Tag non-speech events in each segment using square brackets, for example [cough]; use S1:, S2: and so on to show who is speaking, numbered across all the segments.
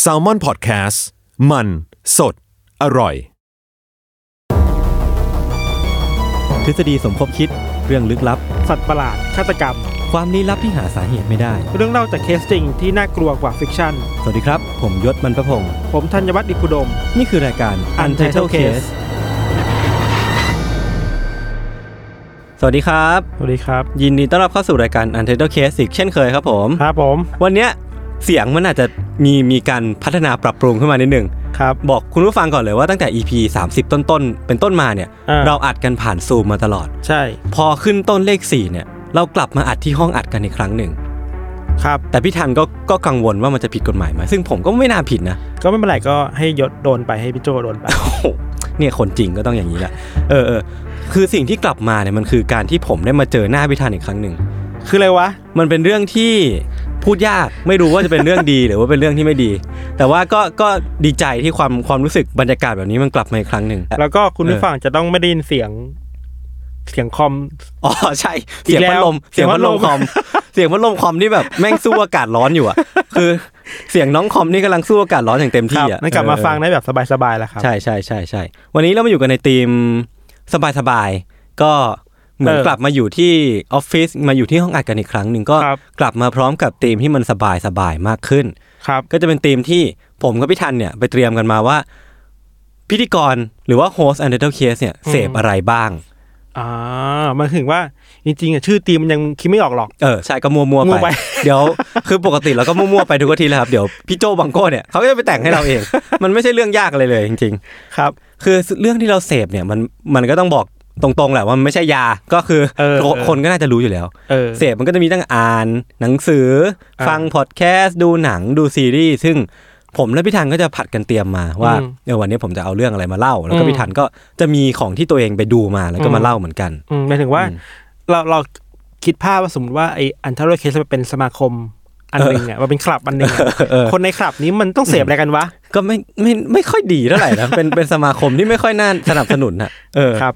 S1: แซลมอนพอดแคสต์มันสดอร่อย
S2: ทฤษฎีสมคบคิดเรื่องลึกลับ
S3: สัตว์ประหลาด ฆาตกรรม
S2: ความลี้ลับที่หาสาเหตุไม่ได้
S3: เรื่องเล่าจากเคสจริงที่น่ากลัวกว่าฟิกชั่น
S2: สวัสดีครับ ผมยศมันประพงศ์
S3: ผมธัญวัฒน์อิพุดม
S2: นี่คือรายการ Untitled Case สวัสดีครับ
S3: สวัสดีครับ
S2: ยินดีต้อนรับเข้าสู่รายการ Untitled Case อีกเช่นเคยครับผม
S3: ครับผม
S2: วันเนี้ยเสียงมันอาจจะมีมีการพัฒนาปรับปรุงขึ้นมานิดหนึ่ง
S3: ครับ
S2: บอกคุณผู้ฟังก่อนเลยว่าตั้งแต่ EP 30 ต้นๆ เป็นต้นมาเนี่ย
S3: อ่า
S2: เราอัดกันผ่านซูมมาตลอด
S3: ใช่
S2: พอขึ้นต้นเลข4เนี่ยเรากลับมาอัดที่ห้องอัดกันอีกครั้งหนึ่ง
S3: ครับ
S2: แต่พี่ทันก็ก็กังวลว่ามันจะผิดกฎหมายไหมซึ่งผมก็ไม่น่าผิดนะ
S3: ก็ไม่เป็นไรก็ให้ยศโดนไปให้พี่โจโดนไป [laughs]
S2: โอ้โหเนี่ยคนจริงก็ต้องอย่างนี้แหละ เออเออคือสิ่งที่กลับมาเนี่ยมันคือการที่ผมได้มาเจอหน้าพี่ทันอีกครั้งหนึ่ง
S3: คืออะไรวะ
S2: มันเป็นเรื่องที่พูดยากไม่รู้ว่าจะเป็นเรื่องดี [laughs] หรือว่าเป็นเรื่องที่ไม่ดี แต่ว่าก็ก็ดีใจที่ความความรู้สึกบรรยากาศแบบนี้มันกลับมาอีกครั้งหนึ่ง
S3: แล้วก็คุณผู้ฟังจะต้องไม่ได้ยินเสียง เสียงคอม
S2: อ๋อใช่
S3: อี
S2: เสียง
S3: กแล้
S2: พัด
S3: ว
S2: ลมเสียงพัดลมคอ
S3: เสียงพัดล
S2: ม
S3: ม
S2: เสียงพัดลมคอมที่แบบ [laughs] แม่งสู้อากาศร้อนอยู่อ่ะ คือเสียงน้องคอมนี่กำลังสู้อากาศร้อนอย่างเต็ม
S3: ค
S2: ที่
S3: รับ
S2: อ่ะ
S3: นั่นกลับมา
S2: เออ
S3: ฟังได้แบบสบายๆแล้วครับ
S2: ใช่ใช่ใช่ใช่วันนี้เรามาอยู่กันในทีมสบายๆ ก็เหมือน
S3: เออก
S2: ลับมาอยู่ที่ออฟฟิศมาอยู่ที่ห้องอัดกันอีกครั้งหนึ่งก็
S3: ครับ
S2: กลับมาพร้อมกับทีมที่มันสบายสบายๆมากขึ้น
S3: ครับ
S2: ก็จะเป็นทีมที่ผมกับพี่ทันเนี่ยไปเตรียมกันมาว่า พิธีกรหรือว่าโฮสต์อันเดอร์เคสเนี่ยเสพอะไรบ้าง
S3: อ่า มันถึงว่าจริงๆอ่ะชื่อทีมมันยังคิดไม่ออกหรอก
S2: เออใช่ก็มัวมัว
S3: มั่
S2: ไป
S3: วไป
S2: เดี๋ยวคือปกติเราก็มัวมัวไปทุกอาทีแหล้วครับเดี๋ยวพี่โจบังโก้เนี่ยเขาก็จะไปแต่งให้เราเอง มันไม่ใช่เรื่องยากอะไรเลยจริง ๆ
S3: ครับ
S2: คือเรื่องที่เราเสพเนี่ยมันมันก็ต้องบอกตรงๆแหละว่ามันไม่ใช่ยาก็คือ
S3: เออเออ
S2: คนก็น่าจะรู้อยู่แล้ว
S3: เออ
S2: เสพมันก็จะมีตั้งอ่านหนังสือ
S3: อ่า
S2: ฟังพอดแคสต์ดูหนังดูซีรีส์ซึ่งผมและพี่ทันก็จะผัดกันเตรียมมาว่า
S3: อืม
S2: เออวันนี้ผมจะเอาเรื่องอะไรมาเล่า แล้วก็
S3: อืม
S2: พี่ทันก็จะมีของที่ตัวเองไปดูมาแล้วก็
S3: อืม
S2: มาเล่าเหมือนกัน
S3: อืมหมายถึงว่า
S2: อืม
S3: เราเราคิดภาพว่าสมมติว่าไออันทาร์เคสมันเป็นสมาคมอันหนึ่งอ่ะมันเป็นคลับอันหนึ่งอะ
S2: เออ
S3: คนในคลับนี้มันต้องเสพอะไรกันวะ
S2: ก็ไม่ไม่ไม่ค่อยดีเท่าไหร่นะ เป็นเป็นสมาคมที่ไม่ค่อยน่าสนับสนุนนะเออ
S3: ครับ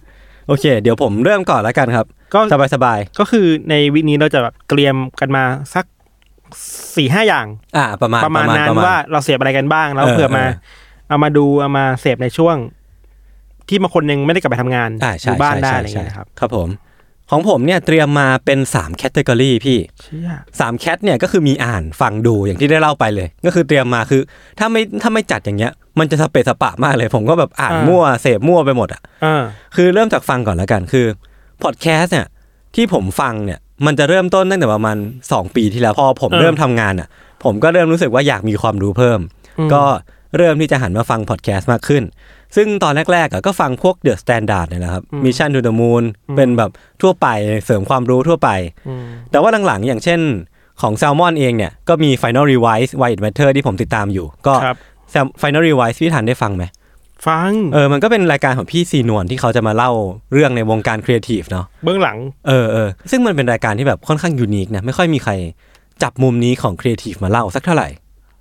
S2: โอเค เดี๋ยวผมเริ่มก่อนแล้วกันครับ
S3: ก็
S2: สบายสบาย
S3: ก็คือในวิกนี้เราจะแบบเตรียมกันมาสักสี่ห้าอย่าง
S2: ๆอ่าประมาณ
S3: ประมาณนั้น
S2: ประณ
S3: ว่าเราเสพอะไรกันบ้างแล้ว
S2: เออ
S3: เผื่อมา
S2: เออ
S3: เอามาดูเอามาเสพในช่วง ที่บางคนยังไม่ได้กลับไปทำงาน
S2: อ่า
S3: อ
S2: ใช่
S3: ยู่บ้านได้
S2: ใช่
S3: อะไรอย่าง
S2: ใช่
S3: เงี้ยนะครับ
S2: ครับผมของผมเนี่ยเตรียมมาเป็น3แคตตากรีพี่
S3: เชี่ย
S2: 3แคตเนี่ยก็คือมีอ่านฟังดูอย่างที่ได้เล่าไปเลย ก็คือเตรียมมาคือ ถ้าไม่ถ้าไม่จัดอย่างเงี้ย มันจะสเปะสปะมากเลย ผมก็แบบอ่านมั่วเสพมั่วไปหมดอ่ะ
S3: เออ
S2: คือเริ่มจากฟังก่อนแล้วกันคือพอดแคสต์เนี่ยที่ผมฟังเนี่ยมันจะเริ่มต้นตั้งแต่ประมาณ 2 ปีที่แล้วพอผม
S3: เออ
S2: เริ่มทำงานอ่ะ ผมก็เริ่มรู้สึกว่าอยากมีความรู้เพิ่ม ก็เริ่มที่จะหันมาฟังพอดแคสต์มากขึ้น ซึ่งตอนแรกๆอะก็ฟังพวก The Standard เนี่ยแหละครับ Mission to the Moon เป็นแบบทั่วไปเสริมความรู้ทั่วไป
S3: อืม
S2: แต่ว่าหลังๆ อย่างเช่นของ Salmon เองเนี่ย ก็มี Final Revise Why It Matter ที่ผมติดตามอยู่ ก็
S3: ครับ
S2: Sal- Final Revise พี่ทันได้ฟังไหม
S3: ฟัง
S2: [laughs] เออมันก็เป็นรายการของพี่ซีนวลที่เขาจะมาเล่าเรื่องในวงการครีเอทีฟเนาะ
S3: เบื้องหลัง
S2: เออเออซึ่งมันเป็นรายการที่แบบค่อนข้างยูนิคนะไม่ค่อยมีใครจับมุมนี้ของครีเอทีฟมาเล่าสักเท่าไหร่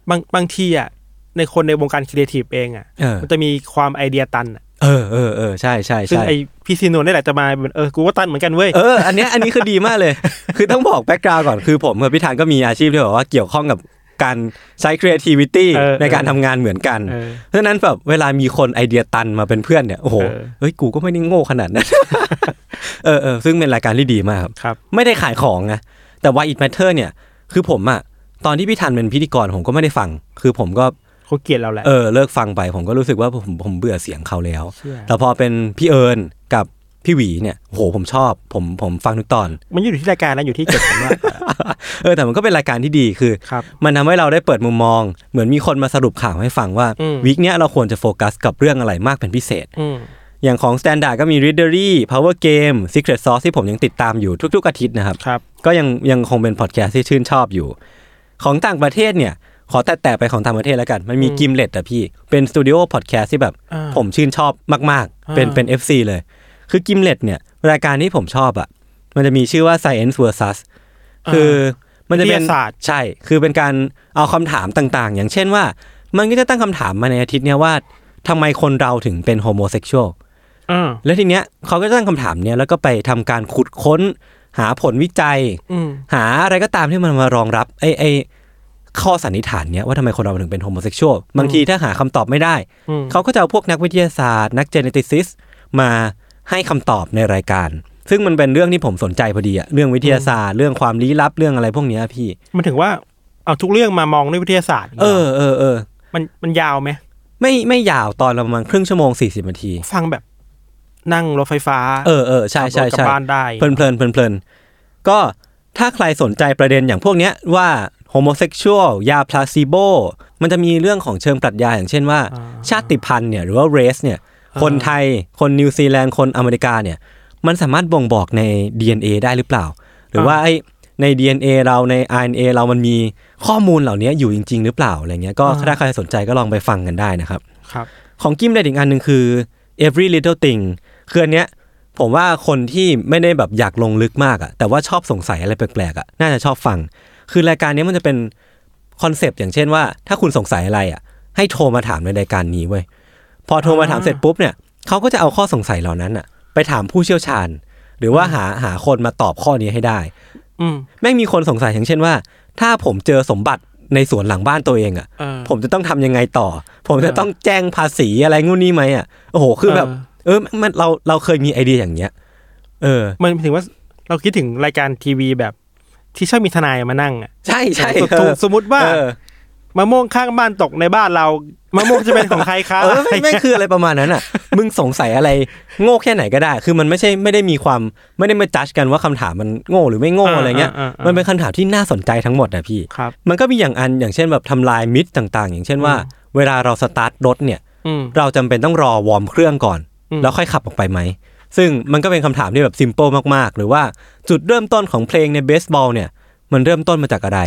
S3: บางบางทีอ่ะในคนในวงการครีเอทีฟเองอ่ะ
S2: เออ
S3: มันจะมีความไอเดียตันอะ
S2: เออเออเออใช่ใช่
S3: ซึ่ง
S2: ใช่
S3: ไอพี่ซีโนนนี่แหละจะมาเป็นเออกูก็ตันเหมือนกันเว้ย
S2: เออ อันเนี้ยอันนี้คือดีมากเลย [laughs] คือต้องบอกแบ็กกราวก่อน คือผมกับพี่ธานก็มีอาชีพที่แบบว่าเกี่ยวข้องกับการใช้ creativity
S3: เออ
S2: ในการ
S3: เออ
S2: ทำงานเหมือนกัน
S3: เออ
S2: เพราะฉะนั้นแบบเวลามีคนไอเดียตันมาเป็นเพื่อนเนี่ย โอ้โห
S3: เออ
S2: เฮ้ย กูก็ไม่ได้โง่ขนาดนั้น [laughs] เออเออซึ่งเป็นรายการที่ดีมากครับ
S3: ครับ
S2: ไม่ได้ขายของนะแต่ Why It Matter เนี่ย คือผมอะตอนที่พี่ธันเป็นพิธีกรผมก็ไม่ได้ฟัง คือผมก็
S3: เขาเกลียดเราแหละ
S2: เออเลิกฟังไปผมก็รู้สึกว่าผมผมเบื่อเสียงเขาแล้ว
S3: เชื่อ
S2: แต่พอเป็นพี่เอิญกับพี่หวีเนี่ยโหผมชอบผมผมฟังทุกตอน
S3: มันอยู่ที่รายการนะอยู่ที่เก็บผมว่า
S2: เออแต่มันก็เป็นรายการที่ดีคือ
S3: ครับ
S2: มันทำให้เราได้เปิดมุมมอง เหมือนมีคนมาสรุปข่าวให้ฟังว่า
S3: อืม
S2: วีคเนี้ยเราควรจะโฟกัสกับเรื่องอะไรมากเป็นพิเศษ
S3: อืม
S2: อย่างของ Standard ก็มี Readery Power Game Secret Sauce ที่ผมยังติดตามอยู่ทุกๆอาทิตย์นะครับ
S3: ครับ
S2: ก็ยังยังคงเป็นพอดแคสต์ที่ชื่นชอบอยู่ ของต่างประเทศเนี่ย ขอแตะแตะไปของต่างประเทศแล้วกัน มันมี
S3: อืม
S2: กิมเลตอะพี่ เป็นสตูดิโอพอดแคสต์ที่แบบ
S3: อ่า
S2: ผมชื่นชอบมาก ๆ เป็น
S3: อ่า
S2: เป็น FC เลย คือกิมเลตเนี่ย รายการที่ผมชอบอะมันจะมีชื่อว่า Science versus คือมันจะเป็น
S3: วิทยาศาสตร์
S2: ใช่ คือเป็นการเอาคำถามต่างๆ อย่างเช่นว่า มันก็จะตั้งคำถามมาในอาทิตย์เนี้ยว่าทำไมคนเราถึงเป็นโฮโมเซ็กชวล
S3: อ่า
S2: แล้วทีเนี้ยเขาก็ตั้งคำถามเนี้ยแล้วก็ไปทำการขุดค้น หาผลวิจัย
S3: อืม
S2: หาอะไรก็ตามที่มันมารองรับไอ้ไอ้ข้อสันนิษฐานเนี้ยว่าทำไมคนเราถึงเป็นโฮโมเซ็กชวลบางทีถ้าหาคำตอบไม่ได้
S3: อืม
S2: เขาก็จะเอาพวกนักวิทยาศาสตร์ นักเจเนติซิสมาให้คำตอบในรายการ ซึ่งมันเป็นเรื่องที่ผมสนใจพอดีอะเรื่องวิทยาศาสตร์ เรื่องความลี้ลับเรื่องอะไรพวกเนี้ยพี่
S3: มันถึงว่าเอาทุกเรื่องมามองด้วยวิทยาศาสตร์
S2: เออเออเออ
S3: มันมันยาวไหม
S2: ไม่ไม่ยาวตอนละประมาณครึ่งชั่วโมง 40นาที
S3: ฟังแบบนั่งรถไฟฟ้า
S2: เออเออใช่ใช่
S3: ขับรถกลั
S2: ใช่
S3: บบ้านได้
S2: เพลินเพลินเพลินเพลินก็ถ้าใครสนใจประเด็นอย่างพวกเนี้ยว่าโฮโมเซ็กชวลยาพลาซิโบมันจะมีเรื่องของเชิงปรัชญาอย่างเช่นว่า
S3: อ่า
S2: ชาติพันธุ์เนี่ยหรือว่าเรสเนี่ยคนไทยคนนิวซีแลนด์คนอเมริกาเนี่ยมันสามารถบ่งบอกใน DNA ได้หรือเปล่า หรือว่าไอใน DNA เราใน RNA เรามันมีข้อมูลเหล่านี้อยู่จริง ๆ หรือเปล่าอะไรเงี้ยก็
S3: อ่า
S2: ถ้าใครสนใจก็ลองไปฟังกันได้นะครับ
S3: ครับ
S2: ของกิมได้อีกอันหนึ่งคือ every little thing คืออันเนี้ยผมว่าคนที่ไม่ได้แบบอยากลงลึกมากอะแต่ว่าชอบสงสัยอะไรแปลกๆอะน่าจะชอบฟัง คือรายการเนี้ยมันจะเป็นคอนเซปต์อย่างเช่นว่า ถ้าคุณสงสัยอะไรอะให้โทรมาถามในรายการนี้เว้ยพอโทรมาถามเสร็จปุ๊บเนี่ยเขาก็จะเอาข้อสงสัยเหล่านั้นอะไปถามผู้เชี่ยวชาญ หรือว่าหาหาคนมาตอบข้อนี้ให้ได้
S3: อืม
S2: แม่งมีคนสงสัยอย่างเช่นว่า ถ้าผมเจอสมบัติในสวนหลังบ้านตัวเองอะ
S3: เออ
S2: ผมจะต้องทำยังไงต่อ ผมจะ
S3: เออ
S2: ต้องแจ้งภาษีอะไรงูนนี่ไหมอ่ะ โอ้โห คือแบบ
S3: เออ
S2: เออ มันเราเราเคยมีไอเดียอย่างเงี้ย เออ
S3: มันถึงว่าเราคิดถึงรายการทีวีแบบ ที่ชอบมีทนายมานั่งอ่ะ
S2: ใช่ใช่
S3: สม
S2: เอ
S3: มุ
S2: อ
S3: ติสมมติว่า
S2: เออ
S3: มะม่วงข้างบ้านตกในบ้านเรามะม่วงจะเป็นของใครคะ
S2: เออไม่ไม่คืออะไรประมาณนั้นอ่ะ มึงสงสัยอะไรโง่แค่ไหนก็ได้ คือมันไม่ใช่ไม่ได้มีความไม่ได้มาจัดกันว่าคำถามมันโง่หรือไม่โง่อะไรเงี้ย
S3: มั
S2: มันเป็นคำถามที่น่าสนใจทั้งหมดนะพี่
S3: ครับ
S2: มันก็มีอย่างอันอย่างเช่นแบบทำลายมิตรต่าง ๆ อย่างเช่นว่า
S3: อืม
S2: เวลาเราสตาร์ทรถเนี่ย
S3: อืม
S2: เราจำเป็นต้องรอวอร์มเครื่องก่อน
S3: อืม
S2: แล้วค่อยขับออกไปไหม ซึ่งมันก็เป็นคำถามที่แบบซิมเ l ิลมาก ๆ หรือว่าจุดเริ่มต้นของเพลงในเบสบอลเนี่ย มันเริ่มต้นมาจากอะไร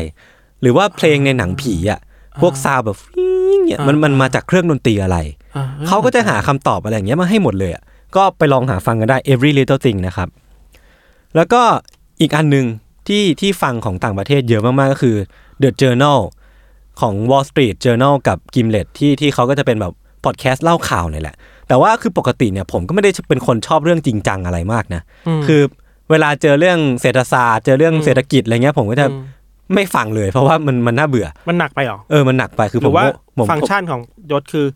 S2: หรือว่าเพลงในหนังผีอ่ะพวกซาวด์แบบฟิ้งเนี่ยมันมันมาจากเครื่องดนตรีอะไร
S3: อ่
S2: เขาก็จะหาคำตอบอะไรอย่างเงี้ยมาให้หมดเลยอะก็ไปลองหาฟังกันได้ every little thing นะครับ แล้วก็อีกอันหนึ่งที่ที่ฟังของต่างประเทศเยอะมาก ๆ ก็คือ The Journal ของ Wall Street Journal กับ Gimlet ที่ที่เขาก็จะเป็นแบบพอดแคสต์เล่าข่าวเนี่ยแหละ แต่ว่าคือปกติเนี่ยผมก็ไม่ได้เป็นคนชอบเรื่องจริงจังอะไรมากนะ
S3: ม
S2: คือเวลาเจอเรื่องเศรษฐศาสตร์ เจอเรื่องเศรษฐกิจอะไรเงี้ยผมก็จะ
S3: อืม
S2: ไม่ฟังเลย เพราะว่ามันมันน่าเบื่อ
S3: มันหนักไปเหรอ
S2: เออมันหนักไปคือ
S3: ห
S2: ผ
S3: รื
S2: ม
S3: อว่า
S2: ผม
S3: ฟังก์ชันของยศคือ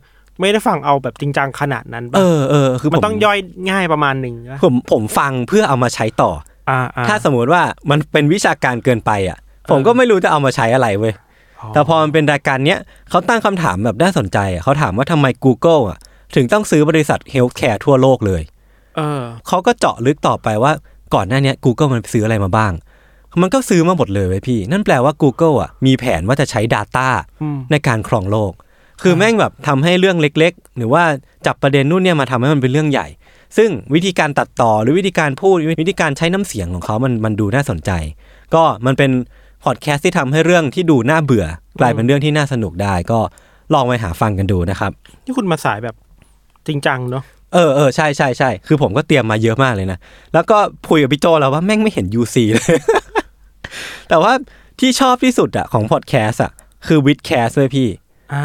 S3: ไม่ได้ฟังเอาแบบจริงจังขนาดนั้นปะ
S2: เออเออคือผม
S3: มันต้องย่อยง่ายประมาณหนึ่งนะ
S2: ผมผมฟังเพื่อเอามาใช้ต่อ
S3: อ่า
S2: อ
S3: อ่า
S2: ถ้าสมมุติว่ามันเป็นวิชาการเกินไปอ่ะ ผมก็ไม่รู้จะเอามาใช้อะไรเว้ย
S3: อ๋อ
S2: แต่พอมันเป็นรายการเนี้ยเขาตั้งคำถามแบบน่าสนใจอ่ะเขาถามว่าทำไม Google อ่ะ ถึงต้องซื้อบริษัทเฮลท์แคร์ทั่วโลกเลย
S3: เออ
S2: เขาก็เจาะลึกต่อไปว่าก่อนหน้าเนี้ย Google มันซื้ออะไรมาบ้าง มันก็ซื้อมาหมดเลยเว้ยพี่ นั่นแปลว่า Google อ่ะมีแผนว่าจะใช้ Data
S3: อืม
S2: ในการครองโลก คือแม่งแบบทำให้เรื่องเล็กๆ หรือว่าจับประเด็นนู่นเนี่ยมาทำให้มันเป็นเรื่องใหญ่ ซึ่งวิธีการตัดต่อหรือวิธีการพูดวิธีการใช้น้ำเสียงของเขามันมันดูน่าสนใจ ก็มันเป็นพอดแคสต์ที่ทำให้เรื่องที่ดูน่าเบื่อ กลายเป็นเรื่องที่น่าสนุกได้ ก็ลองไปหาฟังกันดูนะครับ
S3: นี่คุณมาสายแบบจริงจังเนาะ
S2: เออเออใช่ใช่ใช่คือผมก็เตรียมมาเยอะมากเลยนะ แล้วก็คุยกับพี่โจแล้วว่าแม่งไม่เห็น UC เลย [laughs] แต่ว่าที่ชอบที่สุดอะของพอดแคสต์อะคือวิดแคสต์เลยพี่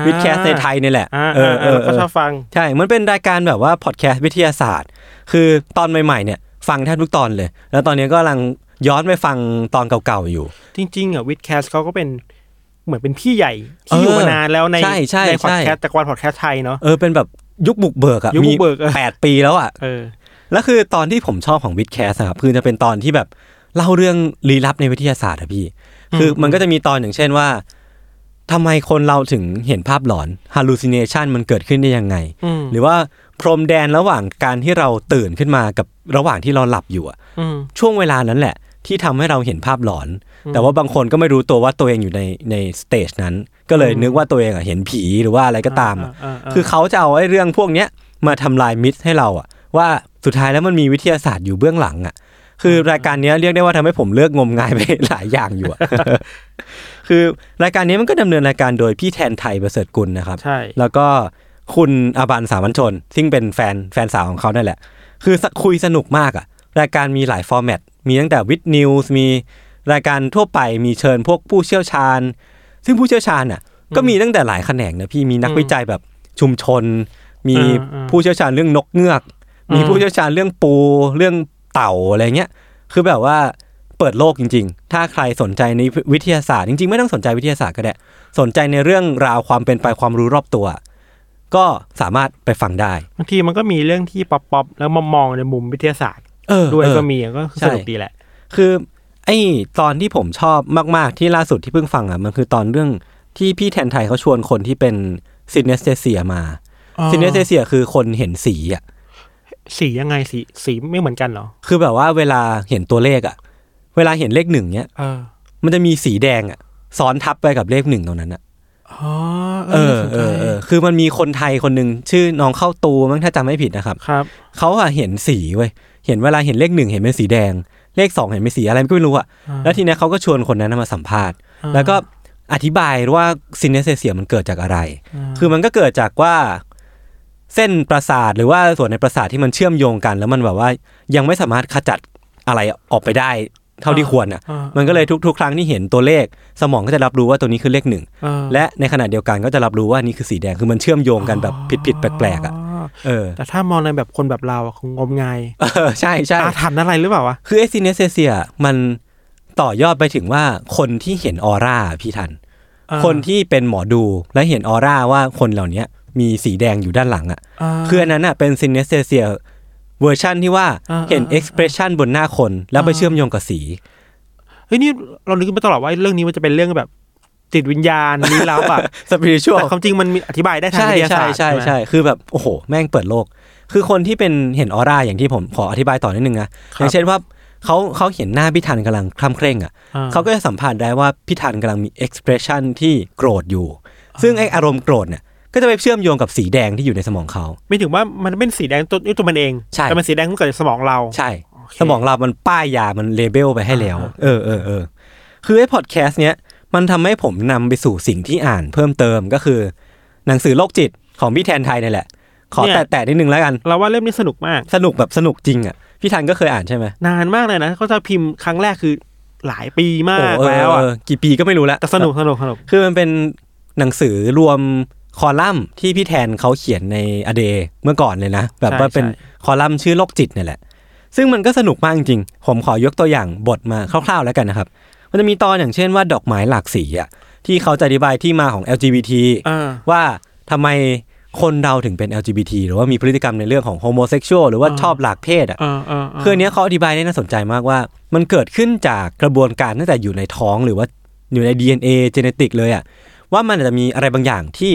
S2: วิดแคสต์ในไทยนี่แหละ
S3: อ่า
S2: เออเออ
S3: ก็
S2: เออ
S3: ชอบฟัง
S2: ใช่ มันเป็นรายการแบบว่าพอดแคสต์วิทยาศาสตร์ คือตอนใหม่ๆเนี่ยฟังแทบทุกตอนเลย แล้วตอนนี้ก็กำลังย้อนไปฟังตอนเก่าๆอยู่
S3: จริงๆอ่ะวิดแคสต์เขาก็เป็นเหมือนเป็นพี่ใหญ่ ที่อยู่มานานแล้วใน
S2: ใช่ใช่
S3: ในพอดแคส
S2: ใช่
S3: ต์แต่กวนพอดแคสต์ไทยเนาะ
S2: เออเป็นแบบยุคบุกเบิกอะ
S3: ยุคบุ
S2: มี
S3: กเบิกอะ
S2: แปดปีแล้วอะ
S3: เออ
S2: แล้วคือตอนที่ผมชอบของวิดแคสครับคือจะเป็นตอนที่แบบเล่าเรื่องลี้ลับในวิทยาศาสตร์อะพี่ คือมันก็จะมีตอนอย่างเช่นว่าทำไมคนเราถึงเห็นภาพหลอน hallucination มันเกิดขึ้นได้ยังไง
S3: อืม
S2: หรือว่าพรมแดนระหว่างการที่เราตื่นขึ้นมากับระหว่างที่เราหลับอยู่อะ
S3: อืม
S2: ช่วงเวลานั้นแหละ ที่ทำให้เราเห็นภาพหลอน แต่ว่าบางคนก็ไม่รู้ตัวว่าตัวเองอยู่ในในสเตจนั้น ก็เลยนึกว่าตัวเองอะเห็นผีหรือว่าอะไรก็ตามอะ
S3: เออเออ
S2: คือเขาจะเอาไอ้เรื่องพวกเนี้ยมาทำลายมิตให้เราอะว่าสุดท้ายแล้วมันมีวิทยาศาสตร์อยู่เบื้องหลั [laughs] งอะคือรายการเนี้ยเรียกได้ว่าทำให้ผมเลิกงมงายไป หลายอย่างอยู่อะ คือรายการนี้มันก็ดำเนินรายการโดยพี่แทนไทยประเสริฐกุลนะครับ
S3: ใช่
S2: แล้วก็คุณอาบันสามัญชน ซึ่งเป็นแฟนแฟนสาวของเขานั่นแหละ คือสคุยสนุกมากอะรายการมีหลายฟอร์แมต มีตั้งแต่วิดนิวส์มีรายการทั่วไปมีเชิญพวกผู้เชี่ยวชาญ ซึ่งผู้เชี่ยวชาญน่ะก็มีตั้งแต่หลายแขนงนะพี่มีนักวิจัยแบบชุมชน มีผู้เชี่ยวชาญเรื่องนกเงือก มีผู้เชี่ยวชาญเรื่องปูเรื่องเต่าอะไรเงี้ย คือแบบว่าเปิดโลกจริง ๆ ถ้าใครสนใจในวิทยาศาสตร์จริงๆ ไม่ต้องสนใจวิทยาศาสตร์ก็ได้ สนใจในเรื่องราวความเป็นไปความรู้รอบตัว ก็สามารถไปฟังได้
S3: บางทีมันก็มีเรื่องที่ป๊อปป๊อปแล้วมามองในมุมวิทยาศาสตร์
S2: เออ
S3: ด้วย
S2: เออ
S3: ก็มีก็คือ
S2: ใช่
S3: สนุกดีแหละ
S2: คือไอ้ตอนที่ผมชอบมาก ๆ ที่ล่าสุดที่เพิ่งฟังอ่ะ มันคือตอนเรื่องที่พี่แทนไทยเขาชวนคนที่เป็นซินเนสเทเซียมาซินเนสเทเซียคือคนเห็นสีอ่ะ
S3: สียังไงสีสีไม่เหมือนกันเหรอ
S2: คือแบบว่าเวลาเห็นตัวเลขอ่ะ เวลาเห็นเลขหนึ่งเนี้ย
S3: เออ
S2: มันจะมีสีแดงอ่ะซ้อนทับไปกับเลขหนึ่งตรงนั้นอ่ะ
S3: อ๋อ
S2: เออเออเออคือมันมีคนไทยคนหนึ่งชื่อน้องเข้าตูมั้งถ้าจำไม่ผิดนะครับ
S3: ครับ
S2: เขาอะเห็นสีเว้ย เห็นเวลาเห็นเลขหนึ่งเห็นเป็นสีแดง เลขสองเห็นเป็นสีอะไรก็ไม่รู้อะแล้วทีเนี้ยเขาก็ชวนคนนั้นมาสัมภาษณ์ แล้วก็อธิบายว่าซินเนสเซียมันเกิดจากอะไร คือมันก็เกิดจากว่าเส้นประสาทหรือว่าส่วนในประสาทที่มันเชื่อมโยงกัน แล้วมันแบบว่ายังไม่สามารถขจัดอะไรออกไปได้ เท่าที่ควรอะมันก็เลยทุกๆ ครั้งที่เห็นตัวเลข สมองก็จะรับรู้ว่าตัวนี้คือเลขหนึ่ง
S3: เออ
S2: และในขณะเดียวกันก็จะรับรู้ว่านี่คือสีแดง คือมันเชื่อมโยงกันแบบผิดๆแปลกๆอะ
S3: อ๋อ
S2: เออ
S3: แต่ถ้ามองในแบบคนแบบเราอะคงงมงาย
S2: เออใช่ใช่
S3: อาถรรพ์อะไรหรือเปล่าวะ
S2: คือเอซินเซเซียมันต่อยอดไปถึงว่าคนที่เห็นออร่าพี่ทัน
S3: เออ
S2: คนที่เป็นหมอดูและเห็นออร่าว่าคนเหล่าเนี้ยมีสีแดงอยู่ด้านหลังอะ่ะ
S3: เออ
S2: คืออันนั้นอ่ะเป็นซินเนสเซเซียเวอร์ชันที่ว่า
S3: อ่า
S2: เห็น
S3: อ่า
S2: เอ็กซ์เพรสชันบนหน้าคนแล้วไปเชื่อมโยงกับสี
S3: เฮ้ยนี่เรานึกมาตลอดว่าเรื่องนี้มันจะเป็นเรื่องแบบจิตวิญญาณลี้ลับอะ
S2: สปิริชวล
S3: แต่ความจริงมันมีอธิบายได้ทาง
S2: ใช่
S3: วิทยา
S2: ใช่
S3: ศาสตร์
S2: ใช่
S3: ไหม
S2: ใช่คือแบบโอ้โห แม่งเปิดโลก คือคนที่เป็นเห็นออร่าอย่างที่ผมขออธิบายต่อนิดนึงนะอย่างเช่นว่าเขาเขาเห็นหน้าพี่ทันกำลังคล่ำเคร่งอ่ะ
S3: อ่
S2: เขาก็จะสัมผัสได้ว่าพี่ธันกำลังมี expression ที่โกรธอยู่ ซึ่งไออารมณ์โกรธเนี่ยก็จะไปเชื่อมโยงกับสีแดงที่อยู่ในสมองเขา
S3: ไม่ถึงว่ามันเป็นสีแดงตัวนี่ตัวมันเอง
S2: ใช่
S3: แต่มันสีแดงมันเกิดจากสมองเรา
S2: ใช่ สมองเรามันป้ายยา มันเลเบลไปให้แล้ว เออเออเออคือไอ้พอดแคสต์เนี้ยมันทำให้ผมนำไปสู่สิ่งที่อ่านเพิ่มเติมก็คือ หนังสือโลกจิตของพี่แทนไทยนี่แหละ ขอ
S3: เนี่ย
S2: แตะๆนิดนึงแล้วกัน
S3: เราว่าเล่มนี้สนุกมาก
S2: สนุกแบบสนุกจริงอ่ะ พี่ธันก็เคยอ่านใช่ไหม
S3: นานมากเลยนะเขาจะพิมพ์ครั้งแรกคือหลายปีมาก
S2: โอ้เออ
S3: แล้วอะ
S2: เออกี่ปีก็ไม่รู้ละ
S3: แต่สนุกสนุกสนุก
S2: คือมันเป็นหนังสือรวมคอลัมน์ที่พี่แทนเขาเขียนในอเดเมื่อก่อนเลยนะ แบบว่าเป็นคอลัมน์ชื่อโรคจิตเนี่ยแหละ ซึ่งมันก็สนุกมากจริงๆ ผมขอยกตัวอย่างบทมาคร่าวๆแล้วกันนะครับ มันจะมีตอนอย่างเช่นว่าดอกไม้หลากสีอะที่เขาจะอธิบายที่มาของ LGBT
S3: อ่า
S2: ว่าทำไมคนเราถึงเป็น LGBT หรือว่ามีพฤติกรรมในเรื่องของโฮโมเซ็กชวลหรือว่าชอบหลากเพศอะ
S3: อ่าาา
S2: คืออันเนี้ยเขาอธิบายได้น่าสนใจมากว่า มันเกิดขึ้นจากกระบวนการตั้งแต่อยู่ในท้องหรือว่าอยู่ใน DNA เจเนติกเลยอะว่ามันอาจจะมีอะไรบางอย่างที่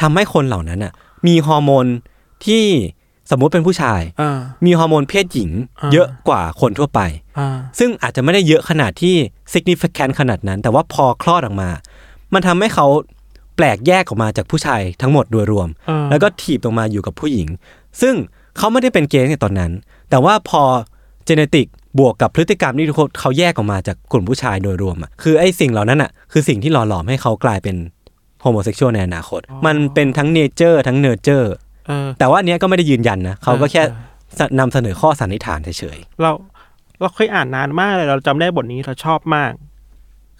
S2: ทำให้คนเหล่านั้นอะมีฮอร์โมนที่สมมุติเป็นผู้ชาย
S3: อ่า
S2: มีฮอร์โมนเพศหญิง
S3: อ่า
S2: เยอะกว่าคนทั่วไป
S3: อ่า
S2: ซึ่งอาจจะไม่ได้เยอะขนาดที่ significant ขนาดนั้น แต่ว่าพอคลอดออกมา มันทำให้เขาแปลกแยกออกมาจากผู้ชายทั้งหมดโดยรวม
S3: อ่า
S2: แล้วก็ถีบลงมาอยู่กับผู้หญิง ซึ่งเขาไม่ได้เป็นเกย์ในตอนนั้น แต่ว่าพอเจเนติกบวกกับพฤติกรรมที่เขาแยกออกมาจากกลุ่มผู้ชายโดยรวมอะคือไอ้สิ่งเหล่านั้นอ่ะ คือสิ่งที่หล่อหลอมให้เขากลายเป็นโฮโมเซ็กชวลในอนาคต มันเป็นทั้งเนเจอร์ ทั้งเนเจอร์
S3: เออ
S2: แต่ว่าอันเนี้ยก็ไม่ได้ยืนยันนะ เขาก็แค่
S3: เออ
S2: นำเสนอข้อสันนิษฐานเฉย
S3: เราเราเคยอ่านนานมากเลยเราจำได้บทนี้เราชอบมาก